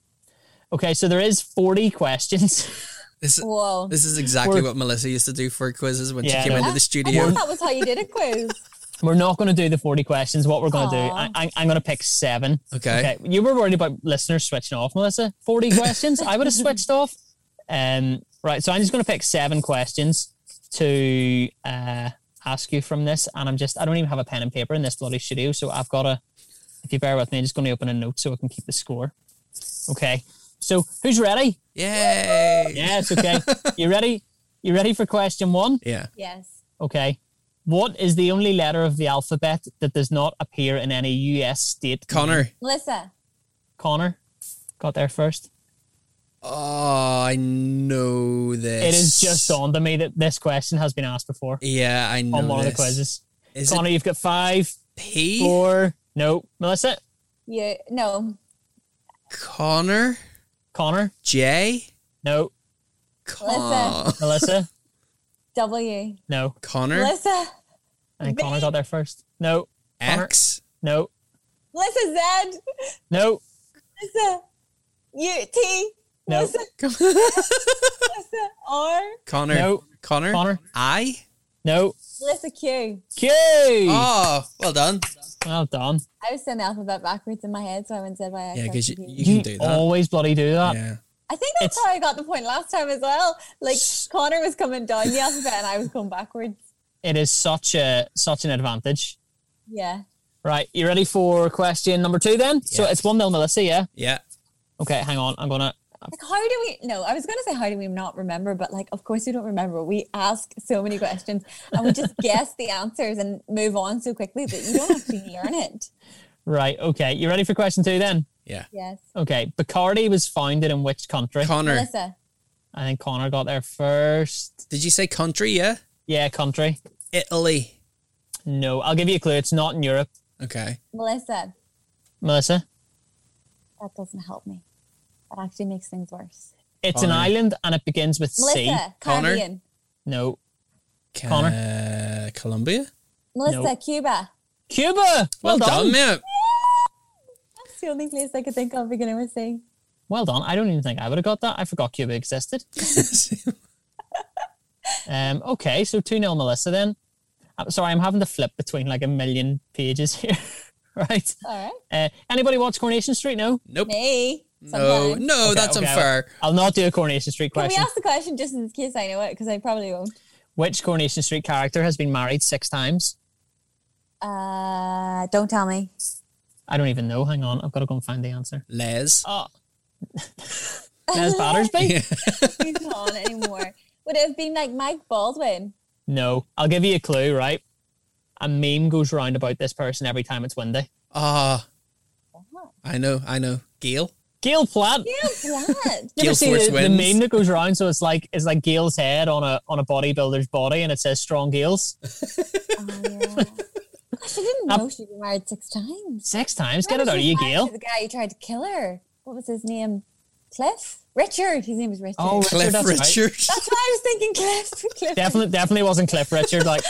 Okay, so there is 40 questions. [laughs]
this,
Whoa.
this is exactly
We're-
what Melissa used to do for quizzes when
Yeah, I
she
know.
came into the
I
studio.
thought that was how you did a quiz.
we're not going to do the 40 questions. What we're going to do,
Aw.
I, I, I'm going to pick seven.
Okay.
You were worried about listeners switching off, Melissa.
[laughs]
40 questions. I would have switched off. Um, right. So I'm just going to pick seven questions to uh, ask you from this. And I'm just, I don't even have a pen and paper in this bloody studio. So I've got to, if you bear with me, I'm just going to open a note so I can keep the score. Okay. So who's ready?
Yay.
Yes. Okay.
[laughs]
you ready? You ready for question one?
Yeah.
Yes.
Okay. What is the only letter of the alphabet that does not appear in any U.S. state?
Connor.
Melissa.
Connor got there first.
Oh, I know this.
It is just dawned on me that this question has been asked before
Yeah, I know
on one of
this.
the quizzes.
Is
Connor,
it E?
you've got five,
P?
four, no, Melissa,
You no.
Connor?
Connor,
J?
no,
Con-
Melissa,
W.
no.
Connor?
Melissa.
And Connor got there first. No, Connor.
X?
no,
Melissa Z.
no,
Melissa. U T.
No.
Melissa. Melissa R.
Connor?
no,
Connor?
Connor.
I?
no.
Melissa Q.
Q.
Oh, well done.
Well done.
I was saying the alphabet backwards in my head, so I went said by
Yeah, because you, you
You,
can do that.
always bloody do that.
Yeah.
I think that's
it's-
how I got the point last time as well. Like Connor was coming down the alphabet and I was going backwards.
It is such a such an advantage.
Yeah.
Right, you ready for question number two then? So
Yeah.
it's one 0 Melissa, yeah.
Yeah.
Okay, hang on. I'm gonna
Um.
Like how do we no, I was gonna say how do we not remember, but like of course we don't remember. We ask so many questions and we just guess the answers and move on so quickly that you don't actually learn it.
Right, okay. You ready for question two then?
Yeah.
Yes.
Okay, Bacardi was founded in which country?
Connor.
Melissa.
I think Connor got there first.
Did you say country? Yeah.
Yeah, country.
Italy.
No, I'll give you a clue. It's not in Europe,
Okay.
Melissa.
Melissa.
That doesn't help me. That actually makes things worse.
It's an
Connor.
island and it begins with C.
Melissa,
Connor?
Caribbean.
No,
Ca-
Connor.
Colombia.
Melissa,
No.
Cuba.
Cuba. Well, done.
mate.
That's the only place I could think of beginning with C.
Well done. I don't even think I would have got that. I forgot Cuba existed. [laughs] Um, okay, so 2 0 Melissa then. I'm sorry, I'm having to flip between like a million pages [laughs] here. right.
All right.
Uh, anybody watch Coronation Street? No?
[laughs] nope.
Me.
No,
Sometimes.
no,
Okay,
that's
okay,
unfair.
I'll not do a Coronation Street
Can we
question.
ask the question just in case I know it? Because I probably won't.
Which Coronation Street character has been married six times?
Uh, don't tell me.
I don't even know. Hang on, I've got to go and find the answer.
Les.
Oh,
[laughs]
Les Battersby?
Yeah.
Come on anymore. Would it have been like Mike Baldwin?
No, I'll give you a clue. Right, a meme goes round about this person every time it's windy.
[laughs] Ah, I know, I know. Gail.
Gail Platt.
Yeah, what?
You ever
Gale
see
Force
the, the
wins.
meme that goes around? So it's like it's like Gail's head on a on a bodybuilder's body, and it says "strong Gales."
oh, yeah. Gosh, I didn't know she'd been married six times.
Six times. Get
How
it out of
was she
you,
married
Gail.
to The guy who tried to kill her. What was his name? Cliff? Richard. His name was Richard.
Oh, Richard,
Cliff
that's right.
Richard.
That's why I was thinking Cliff. Cliff.
Definitely, definitely wasn't Cliff Richard. Like,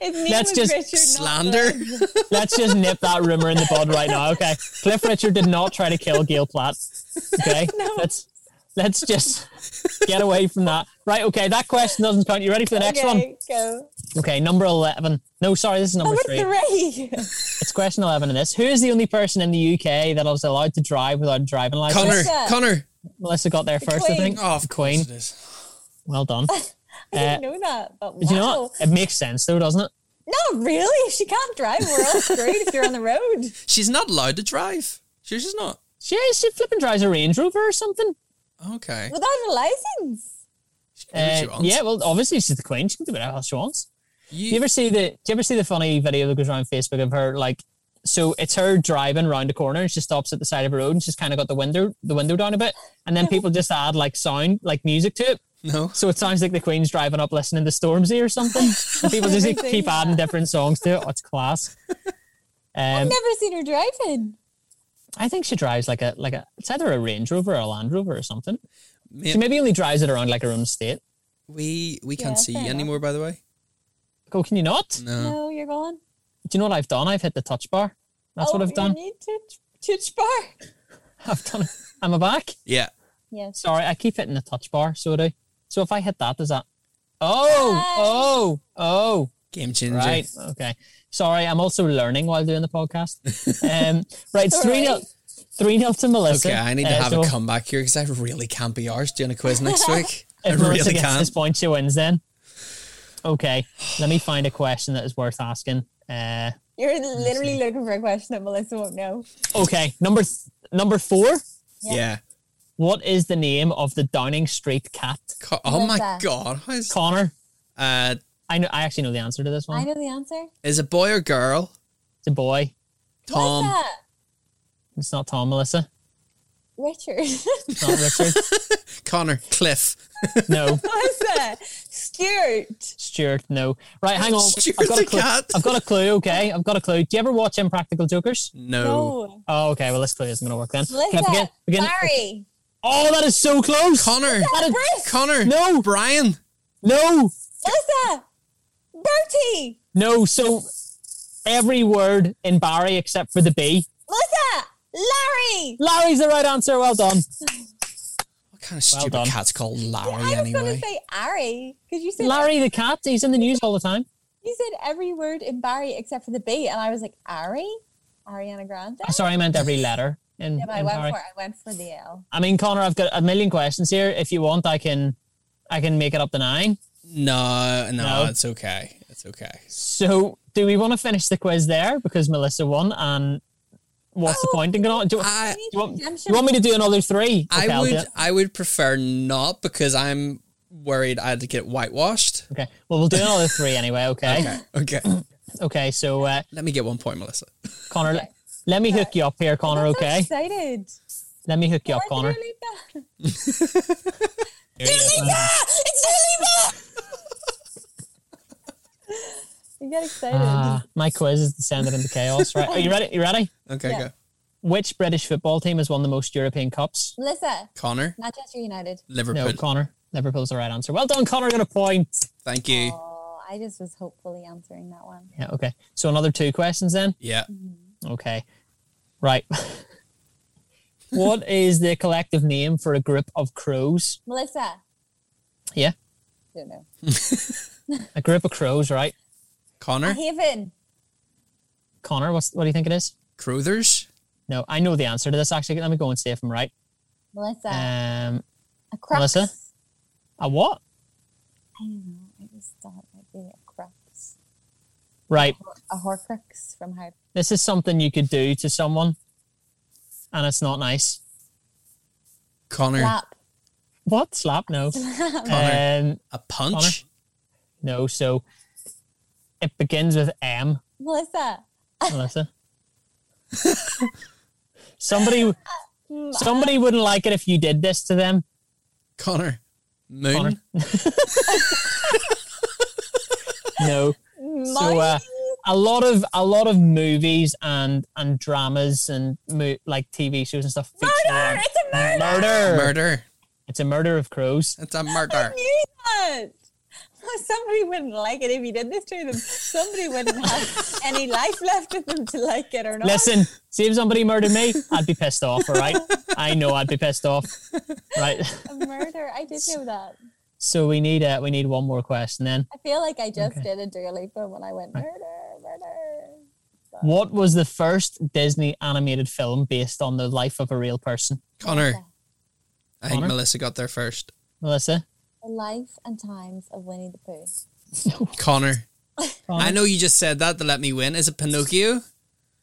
His name
Let's
was
just
Richard, not
Slander.
Cliff.
let's just nip that rumor in the bud right now. Okay, Cliff Richard did not try to kill Gail Platt. Okay,
[laughs]
let's let's just get away from that. Right. Okay, that question doesn't count. You ready for the next one?
Okay, go.
Okay, number eleven. No, sorry, this is number
Oh,
three.
it's three.
It's question eleven in this. Who is the only person in the UK that is allowed to drive without a driving license?
Connor.
Melissa.
Connor.
Melissa got there first, I
Queen.
think.
Oh, of
Queen.
course it is.
Well done.
[laughs] I
Uh,
didn't know that, but wow.
But you know what? It makes sense though, doesn't it?
No, really? If she can't drive, we're all screwed if you're on the road.
She's not allowed to drive. She's just not.
She she flipping drives a Range Rover or something.
Okay.
Without a license.
She can do what she
Uh,
wants.
yeah, well, obviously she's the queen. She can do whatever she wants. Do
You,
you ever see the? Do you ever see the funny video that goes around Facebook of her like? So it's her driving round the corner and she stops at the side of a road and she's kind of got the window the window down a bit and
[laughs]
then people just add like sound like music to it
no.
so it sounds like the Queen's driving up listening to Stormzy or something and people just
Amazing.
keep adding different songs to it. Oh, it's class. Um,
Never seen her driving.
I think she drives like a like a it's either a Range Rover or a Land Rover or something.
Mate,
She maybe only drives it around like her own state.
we we
Yeah,
can't see
fair
you
enough.
anymore, by the way.
Go, can you not?
No.
No, you're gone.
Do you know what I've done? I've hit the touch bar. That's
oh,
what I've
you
done.
Need to touch bar.
I've done. it. I'm a back.
Yeah.
Yes.
Sorry, I keep hitting the touch bar. So do. I. So if I hit that, does that? Oh,
Nice.
oh, oh.
Game changer.
Right. Okay. Sorry, I'm also learning while doing the
[laughs]
podcast. Um, right. It's
all
three nil.
right.
Three nil to Melissa.
Okay, I need to
Uh,
have
so
a comeback here because I really can't be arsed doing a quiz next
[laughs]
week. I
If Melissa
really
gets
can't.
this point, she wins. Then. Okay. Let me find a question that is worth asking. Uh,
You're literally looking for a question that Melissa won't know.
okay. Number th- number four.
Yeah.
What is the name of the Downing Street cat?
Co- oh my
Melissa.
god. How is,
Connor.
uh,
I know. I actually know the answer to this
I
one.
know the answer.
is it boy or girl?
It's a boy.
Tom.
What's that?
It's not Tom, Melissa.
Richard.
It's not Richard.
[laughs] Connor. Cliff.
No,
What's that? Stuart.
Stuart. No. Right, hang on.
Stuart
I've got a
the
clue.
cat.
I've got a clue. Okay, I've got a clue. Do you ever watch Impractical Jokers?
No.
No.
Oh, okay. Well, this clue isn't going to work then. Okay,
Melissa.
begin- begin-
Barry.
Oh, that is so close.
Connor.
That is-
Bruce.
Connor.
No.
Brian.
no,
Melissa. Bertie.
no. So every word in Barry except for the B.
Melissa. Larry.
Larry's the right answer. Well done.
What kind of stupid
done.
cat's called Larry
I was going
anyway?
to say Ari because you said
Larry the cat. He's in the news all the time.
You said every word in Barry except for the B, and I was like, Ari? Ariana Grande?
Oh, sorry, I meant every letter in,
Yeah, but I
in
went
Barry.
for I went for the L.
I mean, Connor, I've got a million questions here. If you want, I can, I can make it up to nine.
No, no,
No.
it's okay. It's okay.
So, do we want to finish the quiz there because Melissa won, and what's the
Oh.
point in going on? Do,
I
Need
you, want,
redemption?
you want me to do another three? Okay,
I
I'll do
would
it.
I would prefer not because I'm worried I'd get whitewashed.
Okay. Well, we'll do another three anyway. Okay. Okay.
Okay. Okay.
so, uh,
Let me get one point, Melissa.
Connor, le- let me hook you up here, Connor.
I'm so
Okay.
excited.
Let me hook you up, Connor. Uh.
It's
Here
Dua Lipa.
you go.
It's Dua Lipa! [laughs] You get excited.
Ah, my quiz is descended into chaos. Right. Are you ready? You ready?
Okay,
Yeah.
go.
Which British football team has won the most European cups?
Melissa,
Connor,
Manchester United.
Liverpool.
No, Connor. Liverpool's the right answer. Well done, Connor. Got a point.
Thank you.
Oh, I just was hopefully answering that one. Mm-hmm.
Yeah. Okay. So another two questions then.
Yeah.
Okay. Right. [laughs] what is the collective name for a group of crows?
Melissa.
Yeah.
Don't know.
A group of crows, right?
Connor,
Haven.
Connor, what's, what do you think it is?
Cruthers.
No, I know the answer to this actually. Let me go and see if I'm right.
Melissa.
Um,
a crux.
Melissa? a what?
I don't know. I just thought it might be a crux.
Right.
A horcrux from Harry
This is something you could do to someone, and it's not nice.
Connor,
Lap.
What slap? No.
Connor.
Um,
a punch.
Connor? no. So it begins with M,
[laughs] Melissa.
Melissa. somebody, somebody wouldn't like it if you did this to them.
Connor, moon.
Connor. No. So uh, a lot of a lot of movies and and dramas and mo- like TV shows and stuff. feature
murder!
around-
It's a murder!
murder.
Murder.
It's a murder of crows.
It's a
I [laughs]
murder.
knew that. Somebody wouldn't like it if you did this to them. Somebody
[laughs]
wouldn't have any life left in them to like it or not.
Listen, see if somebody murdered me, I'd be pissed off. All right, I know I'd be pissed off. Right.
A murder. I did know that.
So we need uh, we need one more question then.
I feel like I just
Okay.
did a Dua Lipa when I went murder, murder.
What was the first Disney animated film based on the life of a real person?
Connor. I think
Connor?
Melissa got there first.
Melissa.
The life and times of Winnie the Pooh.
Connor.
Connor?
I know you just said that to let me win. Is it Pinocchio?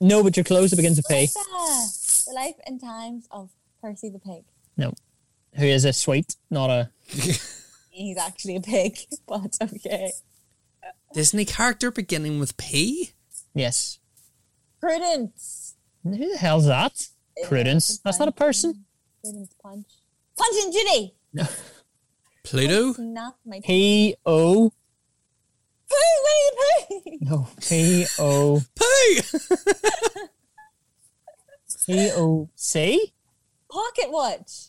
No, but your clothes that begins with P.
Melissa, The life and times of Percy the pig.
Who is a sweet, not a
He's actually a pig, [laughs] but okay.
Disney character beginning with P?
yes.
Prudence.
Who the hell's that?
Yeah,
Prudence. That's not a person.
Prudence Punch. Punch and Judy.
Pluto?
Not my poo.
P O
Winnie the Pooh. [laughs]
no P O
P! [laughs]
P O C.
Pocket watch.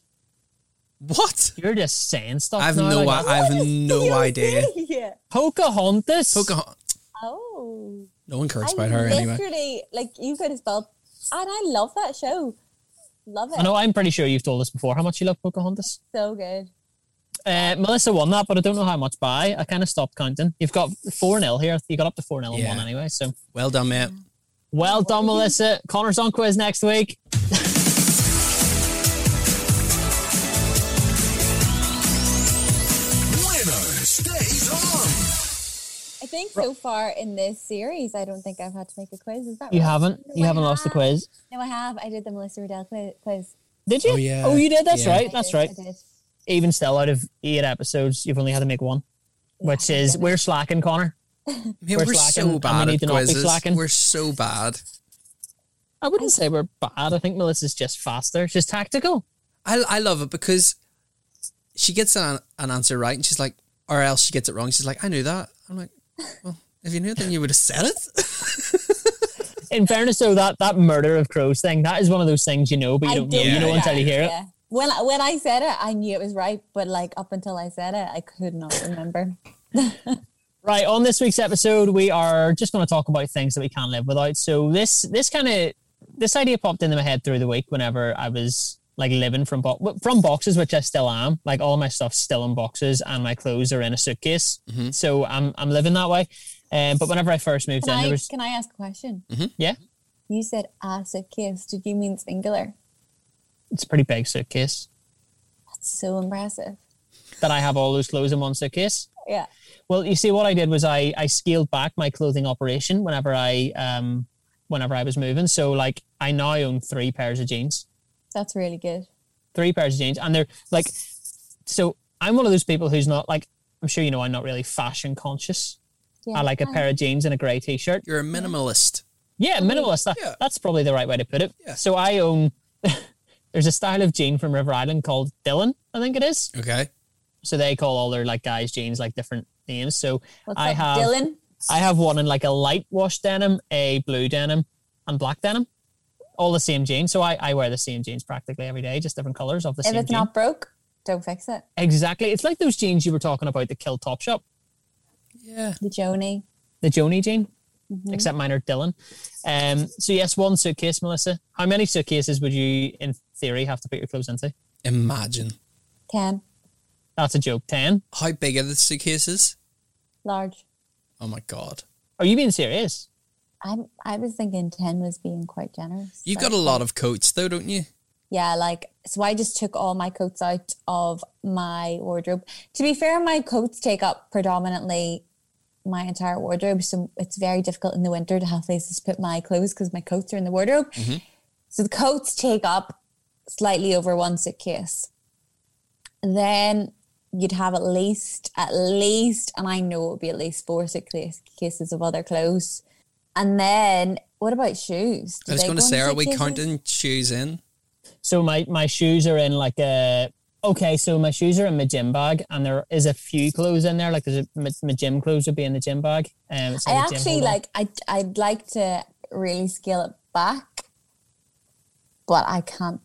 What?
You're just saying stuff.
I've
now,
no,
like,
I
[laughs]
have no idea.
Yeah.
Pocahontas.
Pocahon-
Oh.
No one cares
I
about her anyway.
literally, like, you could have spelled, and I love that show. Love it.
I know. I'm pretty sure you've told us before how much you love Pocahontas.
So good.
Uh, Melissa won that, but I don't know how much by. I kind of stopped counting. You've got four 0 here. You got up to four 0
Yeah.
and one anyway. So
Well done, mate.
well done, Melissa. Connor's on quiz next week.
Winner stays on.
I think so far in this series, I don't think I've had to make a quiz. Is that
You
right?
haven't. You
I
haven't lost the
have.
quiz.
No, I have. I did the Melissa Riddell quiz. quiz.
Did you?
Oh, yeah.
Oh, you did. That's
Yeah.
right.
I
That's
did,
right.
I did.
Even still, out of eight episodes, you've only had to make one, which
I
is
did.
we're slacking, Connor.
Mate,
We're
we're,
slacking, and we
so bad
need
at
to not be
quizzes.
slacking.
We're so bad.
I wouldn't say we're bad. I think Melissa's just faster. She's tactical.
I, I love it because she gets an, an answer right and she's like, or else she gets it wrong. She's like, I knew that. I'm like, well, if you knew it, then you would have said it.
In fairness, though, that that murder of crows thing, that is one of those things you know, but you
I
don't know.
did
You know
that,
until you hear it.
yeah. When I, when I said it, I knew it was right, but like up until I said it, I could not
[laughs]
remember.
Right. On this week's episode, we are just going to talk about things that we can't live without. So this this kind of this idea popped into my head through the week whenever I was like living from bo- from boxes, which I still am. Like all my stuff's still in boxes, and my clothes are in a suitcase. So I'm I'm living that way. Um, but whenever I first moved
Can
in,
I
there was
can I ask a question?
yeah,
You said a suitcase. Did you mean singular?
it's a pretty big suitcase
That's so impressive.
that I have all those clothes in one suitcase.
Yeah.
Well, you see, what I did was I I scaled back my clothing operation whenever I um whenever I was moving. So like I now own three pairs of jeans,
That's really good.
three pairs of jeans, and they're like, so I'm one of those people who's not like I'm sure you know I'm not really fashion conscious.
Yeah.
I like a pair of jeans and a grey t-shirt.
You're a minimalist.
Yeah, minimalist. That,
Yeah.
That's probably the right way to put it.
Yeah.
So I own. [laughs] there's a style of jean from River Island called Dylan, I think it is.
Okay.
So they call all their like guys jeans like different names. So
What's
I
up,
have
Dylan?
I have one in like a light wash denim, a blue denim, and black denim. All the same jeans. So I, I wear the same jeans practically every day, just different colors of the
If
same
it's
jean.
not broke, don't fix it.
exactly. It's like those jeans you were talking about that kill Top Shop,
Yeah.
The Joni. Mm-hmm.
the Joni jean, except mine are Dylan. Um, so, yes, one suitcase, Melissa. How many suitcases would you, in theory, have to put your clothes into?
Imagine
Ten.
That's a joke. 10.
how big are the suitcases?
Large.
Oh my god.
Are you being serious?
I'm. I was thinking ten was being quite generous.
You've
but-
got a lot of coats though, don't you?
Yeah, like so I just took all my coats out of my wardrobe. To be fair, my coats take up predominantly my entire wardrobe, so it's very difficult in the winter to have places to put my clothes because my coats are in the wardrobe.
Mm-hmm.
So the coats take up slightly over one suitcase. Then you'd have at least, at least, and I know it would be at least four suitcases of other clothes. And then what about shoes? Do
I was
they
going to
go in
say, are we
suitcases?
counting shoes in?
So my my shoes are in like a okay. So my shoes are in my gym bag, and there is a few clothes in there. Like there's a, my, my gym clothes would be in the gym bag. Um, it's
I
like a gym
actually
holder.
like. I I'd like to really scale it back, but I can't.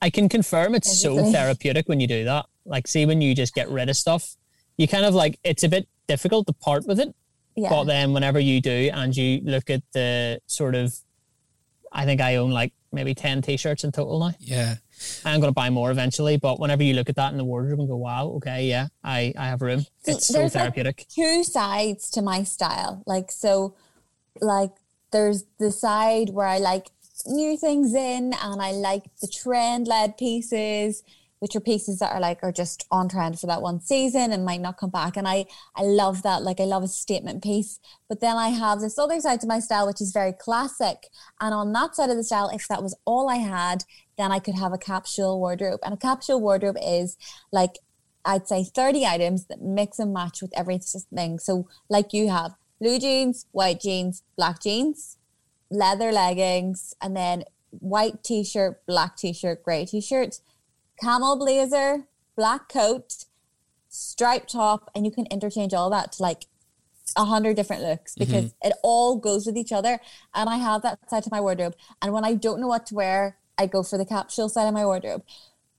I can confirm it's so
Everything.
therapeutic when you do that. Like, see, when you just get rid of stuff, you kind of like it's a bit difficult to part with it.
Yeah,
But then, whenever you do, and you look at the sort of, I think I own like maybe 10 t shirts in total now.
Yeah.
I'm going to buy more eventually. But whenever you look at that in the wardrobe and go, wow, okay, yeah, I, I have room,
See,
it's so
Mm, there's, like,
therapeutic.
two sides to my style. Like so, like there's the side where I like new things in, and I like the trend led pieces. Which are pieces that are like are just on trend for that one season and might not come back, and I I love that like I love a statement piece. But then I have this other side to my style which is very classic, And on that side of the style, if that was all I had, then I could have a capsule wardrobe. And a capsule wardrobe is like, I'd say 30 items that mix and match with everything. So, like you have blue jeans, white jeans, black jeans, leather leggings, and then white t shirt, black t shirt, grey t shirt, camel blazer, black coat, striped top. And you can interchange all that to like a hundred different looks because it all goes with each other. And I have that side to my wardrobe. And when I don't know what to wear, I go for the capsule side of my wardrobe.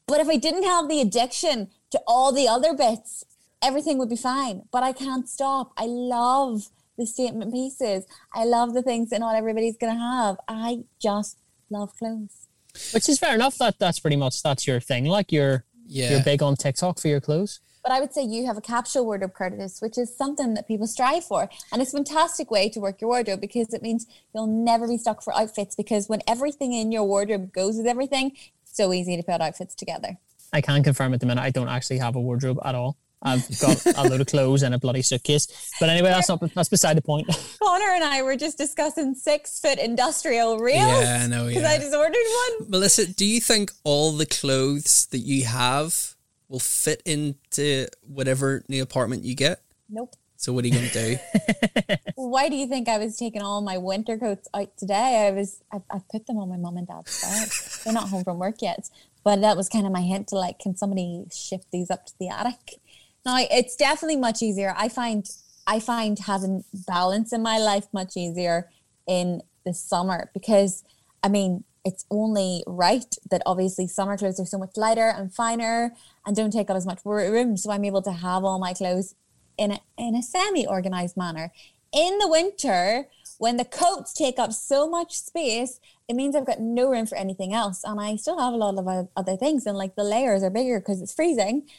But if I didn't have the addiction to all the other bits, everything would be fine. But I can't stop. I love the statement pieces. I love the things that not everybody's gonna have. I just love clothes.
Which is fair enough. That That's pretty much that's your thing. Like, you're,
Yeah.
you're big on TikTok for your clothes.
But I would say you have a capsule wardrobe, Curtis, which is something that people strive for. And it's a fantastic way to work your wardrobe because it means you'll never be stuck for outfits because when everything in your wardrobe goes with everything, it's so easy to put outfits together.
I can confirm at the minute I don't actually have a wardrobe at all. I've got a load of clothes and a bloody suitcase. But anyway, that's not that's beside the point.
Connor and I were just discussing six foot industrial reels.
Yeah, I know,
Because
yeah.
I just ordered one.
Melissa, do you think all the clothes that you have will fit into whatever new apartment you get?
Nope.
So what are you
[laughs]
going to do?
Why do you think I was taking all my winter coats out today? I was I, I put them on my mum and dad's bed. They're not home from work yet. But that was kind of my hint to like, can somebody shift these up to the attic? Now it's definitely much easier. I find I find having balance in my life much easier in the summer because I mean it's only right that obviously summer clothes are so much lighter and finer and don't take up as much wor- room. So I'm able to have all my clothes in a, in a semi-organized manner. In the winter, when the coats take up so much space, it means I've got no room for anything else, and I still have a lot of o- other things. And like the layers are bigger because it's freezing.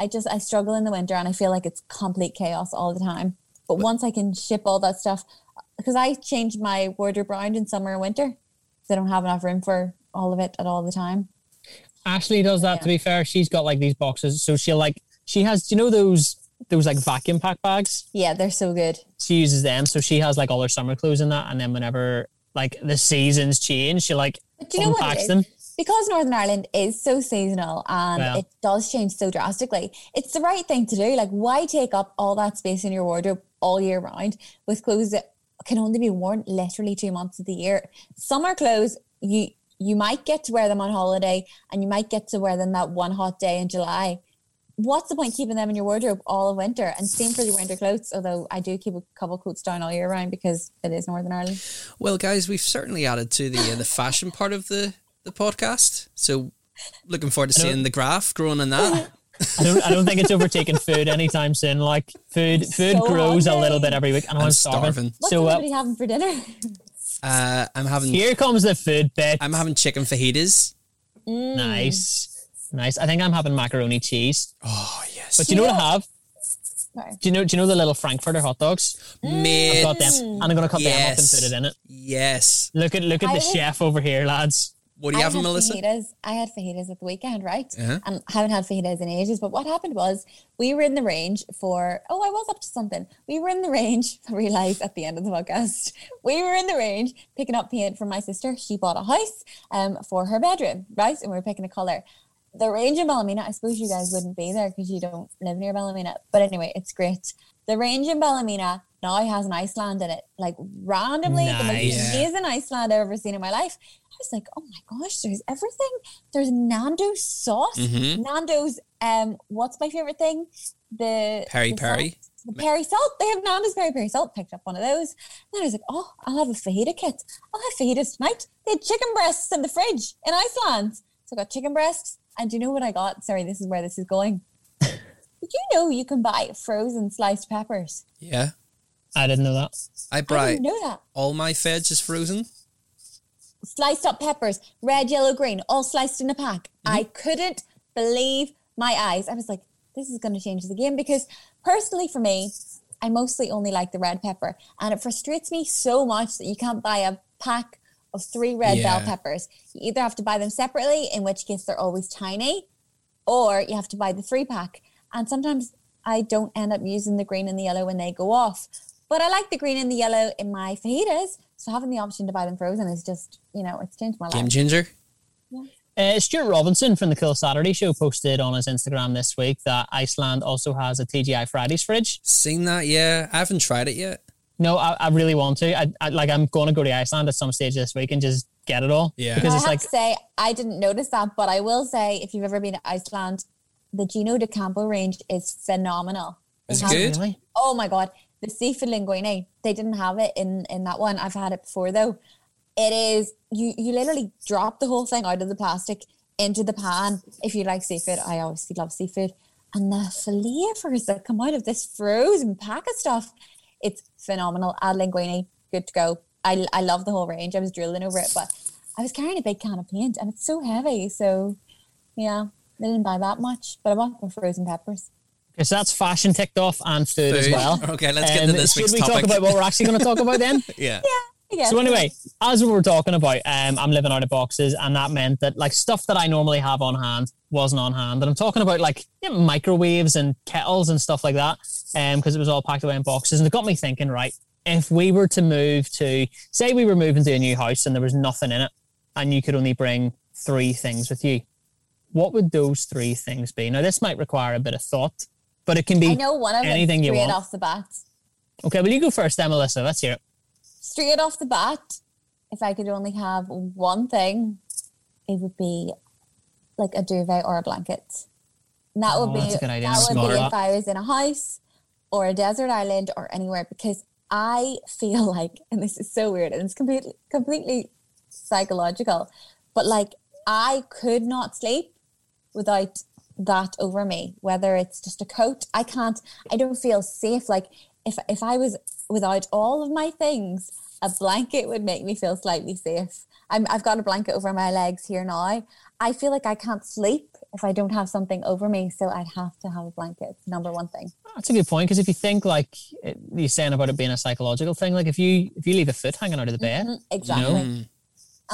I just I struggle in the winter, and I feel like it's complete chaos all the time. But once I can ship all that stuff, because I change my wardrobe around in summer and winter, because I don't have enough room for all of it at all the time.
Ashley does that. To be fair, she's got like these boxes, so she'll like she has. Do you know those those like vacuum pack bags?
Yeah, they're so good.
She uses them, so she has like all her summer clothes in that. And then whenever like the seasons change, she like
But do you know what it
unpacks
is?
them.
Because Northern Ireland is so seasonal and
Yeah.
it does change so drastically, it's the right thing to do. Like, why take up all that space in your wardrobe all year round with clothes that can only be worn literally two months of the year? Summer clothes, you you might get to wear them on holiday and you might get to wear them that one hot day in July. What's the point keeping them in your wardrobe all of winter? And same for your winter clothes, although I do keep a couple coats down all year round because it is Northern Ireland.
well, guys, we've certainly added to the uh, the fashion part of the the podcast. So looking forward to
I know.
seeing the graph growing
[laughs]
on that.
I don't I don't think it's overtaking food anytime soon. Like food food
so
grows a
hungry.
little bit every week, and I'm,
I'm
starving.
starving.
What's
So uh,
everybody having for dinner? [laughs]
Uh, I'm having
here comes the food bit.
I'm having chicken fajitas.
Hmm.
nice, nice. I think I'm having macaroni cheese.
Oh yes.
But you know what I have?
Sorry.
Do you know? Do you know the little Frankfurter hot dogs?
Mate,
I've got them,
Mm.
and I'm gonna cut
Yes.
them up and put it in it.
yes.
Look at look at
I
the
would-
chef over here, lads.
What do you
I
have,
had
Melissa?
Fajitas. I had fajitas at the weekend, right?
Uh-huh.
And haven't had fajitas in ages. But what happened was we were in the range for oh, I was up to something. We were in the range. [laughs] I realized at the end of the podcast, we were in the range picking up paint from my sister. She bought a house um for her bedroom, right? And we were picking a color. The range in Ballymena, I suppose you guys wouldn't be there because you don't live near Ballymena. But anyway, it's great. The range in Ballymena now has an Iceland in it. Like randomly, the
Nice.
most amazing Iceland I've ever seen in my life. I was like, oh my gosh, there's everything. There's Nando's sauce.
Mhm.
Nando's, um, what's my favorite thing? The
Peri
the
Peri.
salt. The peri salt. They have Nando's peri peri salt. Picked up one of those. Then I was like, oh, I'll have a fajita kit. I'll have fajitas tonight. They had chicken breasts in the fridge in Iceland. So I got chicken breasts. And do you know what I got? Sorry, this is where this is
[laughs]
going. Did you know you can buy frozen sliced peppers?
Yeah.
I didn't know that.
I
I
buy
didn't know that.
all my veg is frozen.
sliced up peppers, red, yellow, green, all sliced in a pack. I couldn't believe my eyes. I was like, this is going to change the game because personally for me, I mostly only like the red pepper. And it frustrates me so much that you can't buy a pack of three red bell
Yeah.
peppers. You either have to buy them separately, in which case they're always tiny, or you have to buy the three pack. And sometimes I don't end up using the green and the yellow when they go off. But I like the green and the yellow in my fajitas. So having the option to buy them frozen is just, you know, it's changed my
Game
life.
changer.
Uh, Stuart Robinson from the Cool Saturday Show posted on his Instagram this week that Iceland also has a TGI Fridays fridge.
Seen that? Yeah. I haven't tried it yet.
No, I, I really want to. I, I like. I'm going to go to Iceland at some stage this week and just get it all.
Yeah.
because
I
it's
have
like
to say, I didn't notice that, but I will say, if you've ever been to Iceland, the Gino de Campo range is phenomenal. They
Is it
have-
good?
Really?
Oh my god, the seafood linguine. They didn't have it in in that one. I've had it before though. It is you you literally drop the whole thing out of the plastic into the pan. If you like seafood, I obviously love seafood. And the flavors that come out of this frozen pack of stuff, it's phenomenal. Add linguine, good to go. I, I love the whole range. I was drooling over it, but I was carrying a big can of paint and it's so heavy. So, yeah, I didn't buy that much, but I bought the frozen peppers.
Okay, so that's fashion ticked off and food, as
Food.
well.
[laughs]
Um,
Okay, let's get to this
Should
week's
we talk
topic.
about what we're actually going to talk about
[laughs]
then?
Yeah.
Yeah.
So anyway, as we were talking about, um, I'm living out of boxes, and that meant that like stuff that I normally have on hand wasn't on hand. And I'm talking about like you know, microwaves and kettles and stuff like that, um, because it was all packed away in boxes, and it got me thinking. Right, if we were to move to, say, we were moving to a new house and there was nothing in it, and you could only bring three things with you, what would those three things be? Now, this might require a bit of thought, but it can
I
be
know one of
anything
them
you
straight
want.
off the bat.
okay. Will you go first, then, Melissa? Let's hear it.
Straight off the bat, if I could only have one thing, it would be like a duvet or a blanket. And that
Oh,
would be
that's a good idea.
that would
Smart.
be if I was in a house or a desert island or anywhere because I feel [laughs] like, and this is so weird, and it's completely completely psychological, but like I could not sleep without that over me whether it's just a coat i can't i don't feel safe like if if i was without all of my things a blanket would make me feel slightly safe I'm, i've got a blanket over my legs here now i feel like i can't sleep if i don't have something over me so i'd have to have a blanket It's number one thing
That's a good point because if you think like it- you're saying about it being a psychological thing, like if you if you leave a foot hanging out of the bed,
exactly
Mm.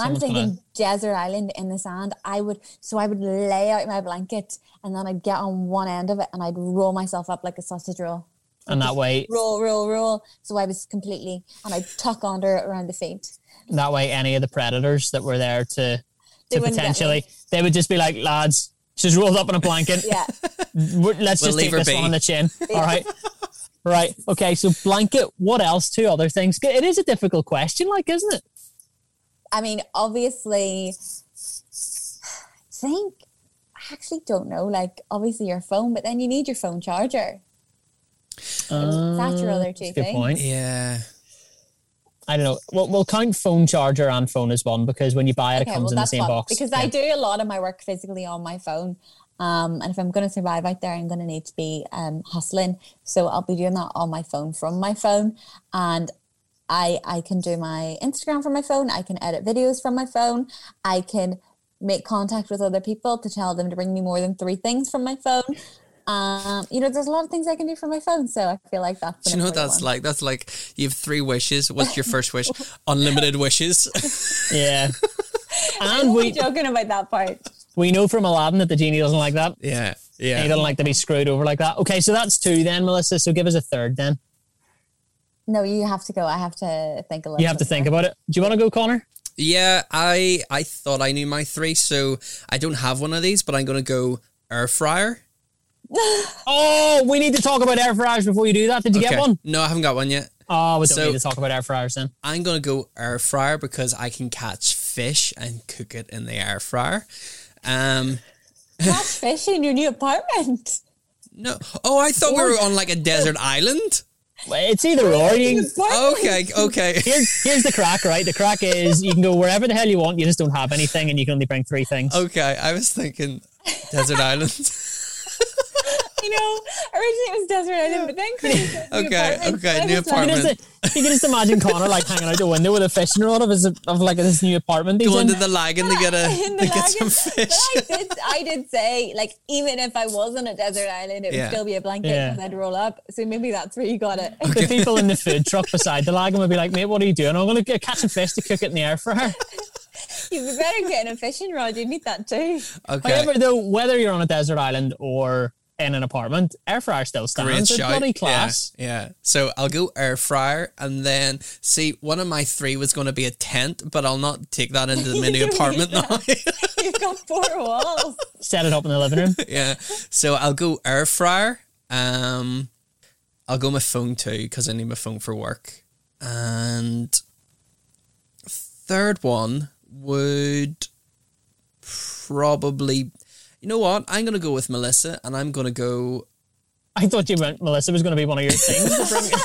I'm
Someone's
thinking desert island in the sand. I would so I would lay out my blanket and then I'd get on one end of it and I'd roll myself up like a sausage roll.
and that way
Roll, roll, roll. So I was completely and I'd tuck under it around the feet.
that way any of the predators that were there to
They
to
wouldn't get me.
potentially they would just be like lads, she's rolled up in a blanket.
[laughs] Yeah.
We're- Let's
We'll
just
leave
take
her
this
be."
one on the
[laughs]
chin. All right. Right. Okay. So blanket. What else? Two other things. It is a difficult question, like, isn't it?
I mean, obviously I think I actually don't know, like obviously your phone, but then you need your phone charger.
Uh,
That's your other two
that's a good
things.
point.
Yeah.
I don't know. We'll, we'll count phone charger and phone as one because when you buy it, it
Okay,
comes
well
in the
that's
same
one
box.
because
Yeah.
I do a lot of my work physically on my phone. Um, and if I'm going to survive out there, I'm going to need to be um, hustling. So I'll be doing that on my phone from my phone, and I I can do my Instagram from my phone. I can edit videos from my phone. I can make contact with other people to tell them to bring me more than three things from my phone. Um, you know, there's a lot of things I can do for my phone, so I feel like that's.
Do
an
you know what
important
that's
one.
like? That's like you have three wishes. What's your first
[laughs]
wish? Unlimited wishes.
Yeah. And
I'm only
we
joking about that part.
we know from Aladdin that the genie doesn't like that.
yeah.
He
Yeah.
doesn't like to be screwed over like that. Okay, so that's two then, Melissa. So give us a third then.
No, you have to go. I have to think a little.
You have to
bit
think
more.
about it. Do you want to go, Connor?
Yeah, I I thought I knew my three, so I don't have one of these, but I'm gonna go air fryer.
Oh, we need to talk about air fryers before you do that. Did you get one?
No, I haven't got one yet.
Oh, we don't
So-
need to talk about air fryers then.
I'm gonna go air fryer because I can catch fish and cook it in the air fryer. Um
Catch fish in your new apartment.
no oh I thought we were on like a
Oh.
desert island.
Well, It's either or. You can-
Okay,
[laughs]
okay.
here's, here's the crack, right? The crack is you can go wherever the hell you want. You just don't have anything, and you can only bring three things.
Okay, I was thinking
[laughs]
desert island.
[laughs] You know, originally it was desert island, but then Chris said new
Okay,
apartment.
okay,
And I was
new
You
like,
can,
apartment.
just, you can just imagine Connor like hanging out the window with a fishing rod of his of like this new apartment. He's
Going
in.
to the lagoon to
[laughs]
get a
[laughs] In
to
the
get some
lagoon.
fish.
But I did, I did say, like, even if I was on a desert island, it
Yeah.
would still be a blanket
Yeah.
and I'd roll up. So maybe that's where you got it. [laughs]
the people in the food truck beside the lagoon would be like, "Mate, what are you doing? I'm going to get catch a fish to cook it in the air fryer."
You'd be better getting a fishing rod. You need that too.
[laughs]
[laughs]
Okay.
However, though, whether you're on a desert island or in an apartment, air fryer still
Great
stands. It's
shout.
bloody class.
Yeah, yeah. So I'll go air fryer and then see one of my three was going to be a tent, but I'll not take that into
[laughs]
the mini apartment now.
You've got four walls.
Set it up in the living
[laughs]
room.
yeah. So I'll go air fryer. Um, I'll go my phone too because I need my phone for work. And third one would probably, you know what? I'm gonna go with Melissa, and I'm gonna go.
I thought you meant Melissa was going to be one of your things.
[laughs]
to bring.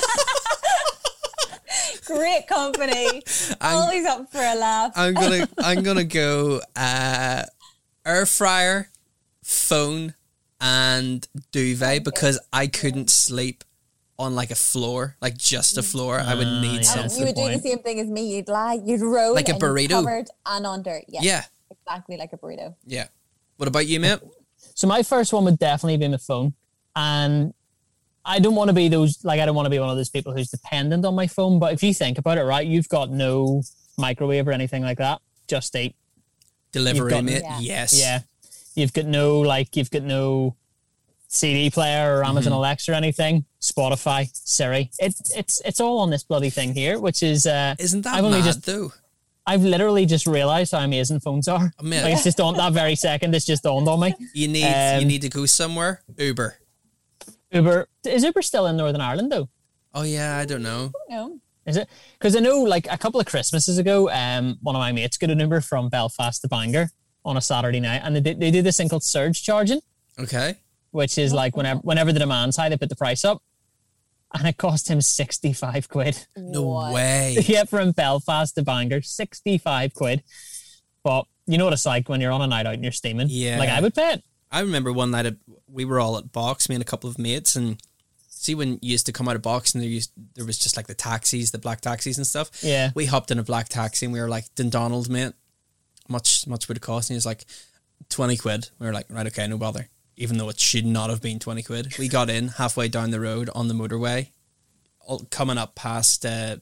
Great
[laughs]
company.
I'm,
Always up for a laugh.
I'm gonna I'm gonna go uh, air fryer, phone, and duvet because I couldn't sleep on like a floor, like just a floor. I would
Ah,
need
yeah.
And
that's
Um, you
something.
the
would do the
point.
same thing as me. You'd lie, you'd roll
Like a
and you'd
burrito.
covered and under. Yeah,
Yeah,
exactly like a burrito.
yeah. What about
[laughs]
you, mate?
So my first one would definitely be my phone, and I don't want to be those like I don't want to be one of those people who's dependent on my phone. But if you think about it, right, you've got no microwave or anything like that. Just eat.
Delivery,
You've got-
mate.
Yeah.
Yes.
Yeah. You've got no like you've got no CD player or Amazon Alexa or anything. Spotify, Siri. It's it's it's all on this bloody thing here, which is uh
Isn't that
I've only
mad
just-
though?
I've literally just realized how amazing phones are.
I mean-
Like it's just on that very second it's just dawned on me.
You need you
Um,
need to go somewhere. Uber.
Uber is Uber still in Northern Ireland though?
Oh yeah, I don't know.
No.
Is it? Because I know, like a couple of Christmases ago, um, one of my mates got an Uber from Belfast to Bangor on a Saturday night, and they did, they do this thing called surge charging,
Okay.
which is like whenever whenever the demand's high, they put the price up, and it cost him sixty five quid. [laughs]
No
What? [laughs]
way.
yeah, from Belfast to Bangor, sixty five quid. But you know what it's like when you're on a night out and you're steaming.
Yeah.
like I would pay it.
I remember one night at, we were all at Box, me and a couple of mates, and see when you used to come out of Box and there used there was just like the taxis, the black taxis and stuff.
Yeah.
We hopped in a black taxi and we were like, Dundonald, mate, much much would it cost? And he was like, twenty quid. We were like, right, okay, no bother. Even though it should not have been twenty quid. We got in halfway down the road on the motorway, all, coming up past uh,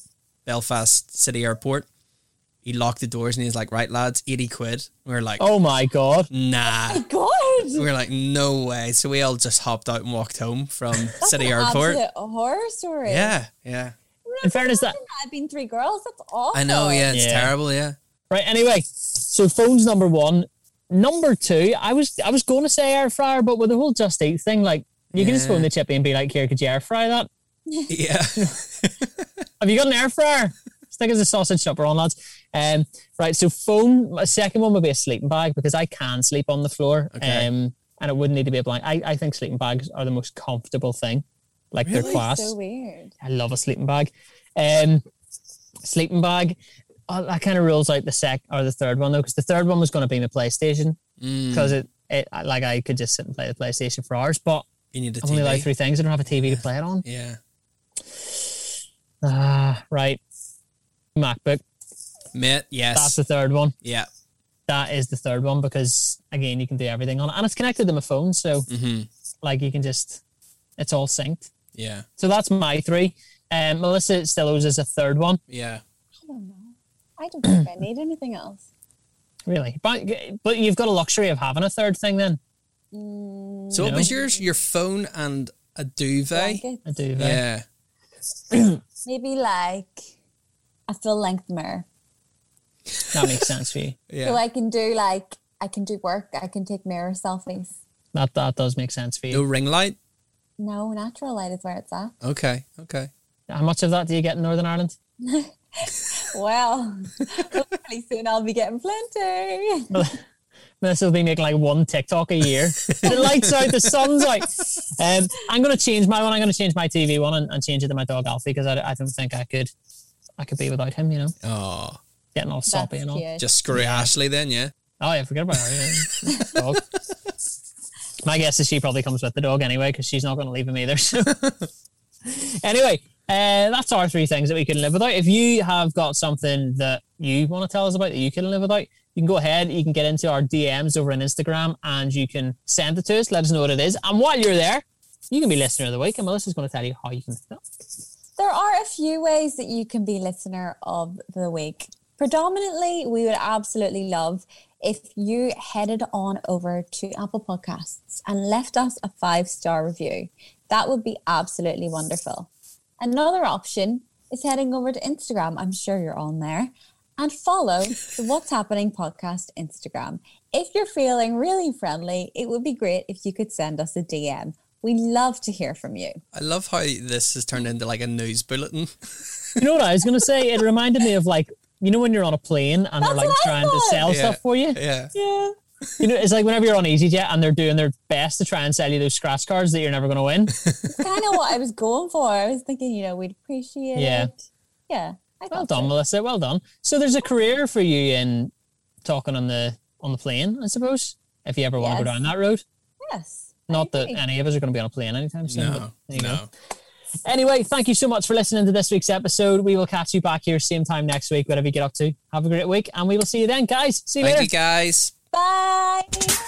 Belfast City Airport. He locked the doors and he was like, right, lads, eighty quid. We were like,
Oh my god.
nah.
God.
We were like, no way. So we all just hopped out and walked home from City Airport.
Absolute horror story.
Yeah, yeah.
In fairness, that
I've been three girls. That's awful.
I know, yeah, it's
Yeah.
terrible, yeah.
Right. Anyway, so phones number one. Number two, I was I was going to say air fryer, but with the whole Just Eat thing, like you can just
Yeah.
phone the chippy and be like, "Here, could you air fry that?
Yeah.
Have you got an air fryer? Stick as a sausage supper on, lads." Um, right. So phone. My second one would be a sleeping bag because I can sleep on the floor.
Okay.
Um, and it wouldn't need to be a blanket. I, I think sleeping bags are the most comfortable thing. Like
Really?
they're class.
So weird.
I love a sleeping bag. Um, sleeping bag. Uh, that kind of rules out the sec or the third one though, because the third one was going to be my PlayStation
Mm.
because it, it I- like I could just sit and play the PlayStation for hours. But
you need a
I've only like
TV.
three things. I don't have a TV to play it on.
Yeah.
Ah, right. MacBook.
Mate, yes.
That's the third one.
yeah.
That is the third one because again, you can do everything on it, and it's connected to my phone. So
Mm-hmm.
Like you can just, it's all synced.
Yeah.
So that's my three. Um, Melissa Stillos is a third one,
Yeah.
I don't know. I don't think I need anything else.
really. But but you've got a luxury of having a third thing then.
Mm,
So what
No.
was yours? Your phone and a duvet.
Blankets.
I do. Yeah.
Yeah.
Maybe like a full length mirror.
That makes sense for you.
Yeah.
So I can do like I can do work. I can take mirror selfies.
That that does make sense for
no
you.
ring light.
No, natural light is where it's at.
Okay. Okay.
How much of that do you get in Northern Ireland?
Well, [laughs] hopefully soon I'll be getting plenty.
This will be making like one TikTok a year. the lights out, the sun's out. Um, I'm gonna change my one. I'm gonna change my TV one and, and change it to my dog Alfie because I, I don't think I could, I could be without him. You know,
Oh,
getting all soppy
That's
and all.
cute.
just screw Ashley then. Yeah.
Oh yeah, forget about her. yeah. Dog. My guess is she probably comes with the dog anyway because she's not going to leave him either. [laughs] So anyway, uh, that's our three things that we can live without. If you have got something that you want to tell us about that you can live without, you can go ahead. You can get into our DMs over on Instagram and you can send it to us. Let us know what it is. And while you're there, you can be listener of the week, and Melissa's going to tell you how you can.
There are a few ways that you can be listener of the week. Predominantly, we would absolutely love if you headed on over to Apple Podcasts and left us a five star review. That would be absolutely wonderful. Another option is heading over to Instagram. I'm sure you're on there. And follow the What's Happening podcast Instagram. If you're feeling really friendly, it would be great if you could send us a DM. We love to hear from you.
I love how this has turned into like a news bulletin. [laughs]
You know what I was going to say? It reminded me of like you know when you're on a plane and they're
That's
like
what I
trying to
thought.
sell
Yeah.
stuff for you.
Yeah.
Yeah.
You know, it's like whenever you're on EasyJet and they're doing their best to try and sell you those scratch cards that you're never going to win.
kind of what I was going for. I was thinking, you know, we'd appreciate.
Yeah.
Yeah. I
Well
thought
done,
so.
Melissa. Well done. So there's a career for you in talking on the on the plane, I suppose, if you ever want to go
Yes.
down that road.
Yes. I
Not that
agree.
any of us are going to be on a plane anytime soon.
No.
but there you go.
No.
Anyway, thank you so much for listening to this week's episode. We will catch you back here same time next week, whatever you get up to. Have a great week, and we will see you then, guys. See you later.
Thank you guys.
Bye.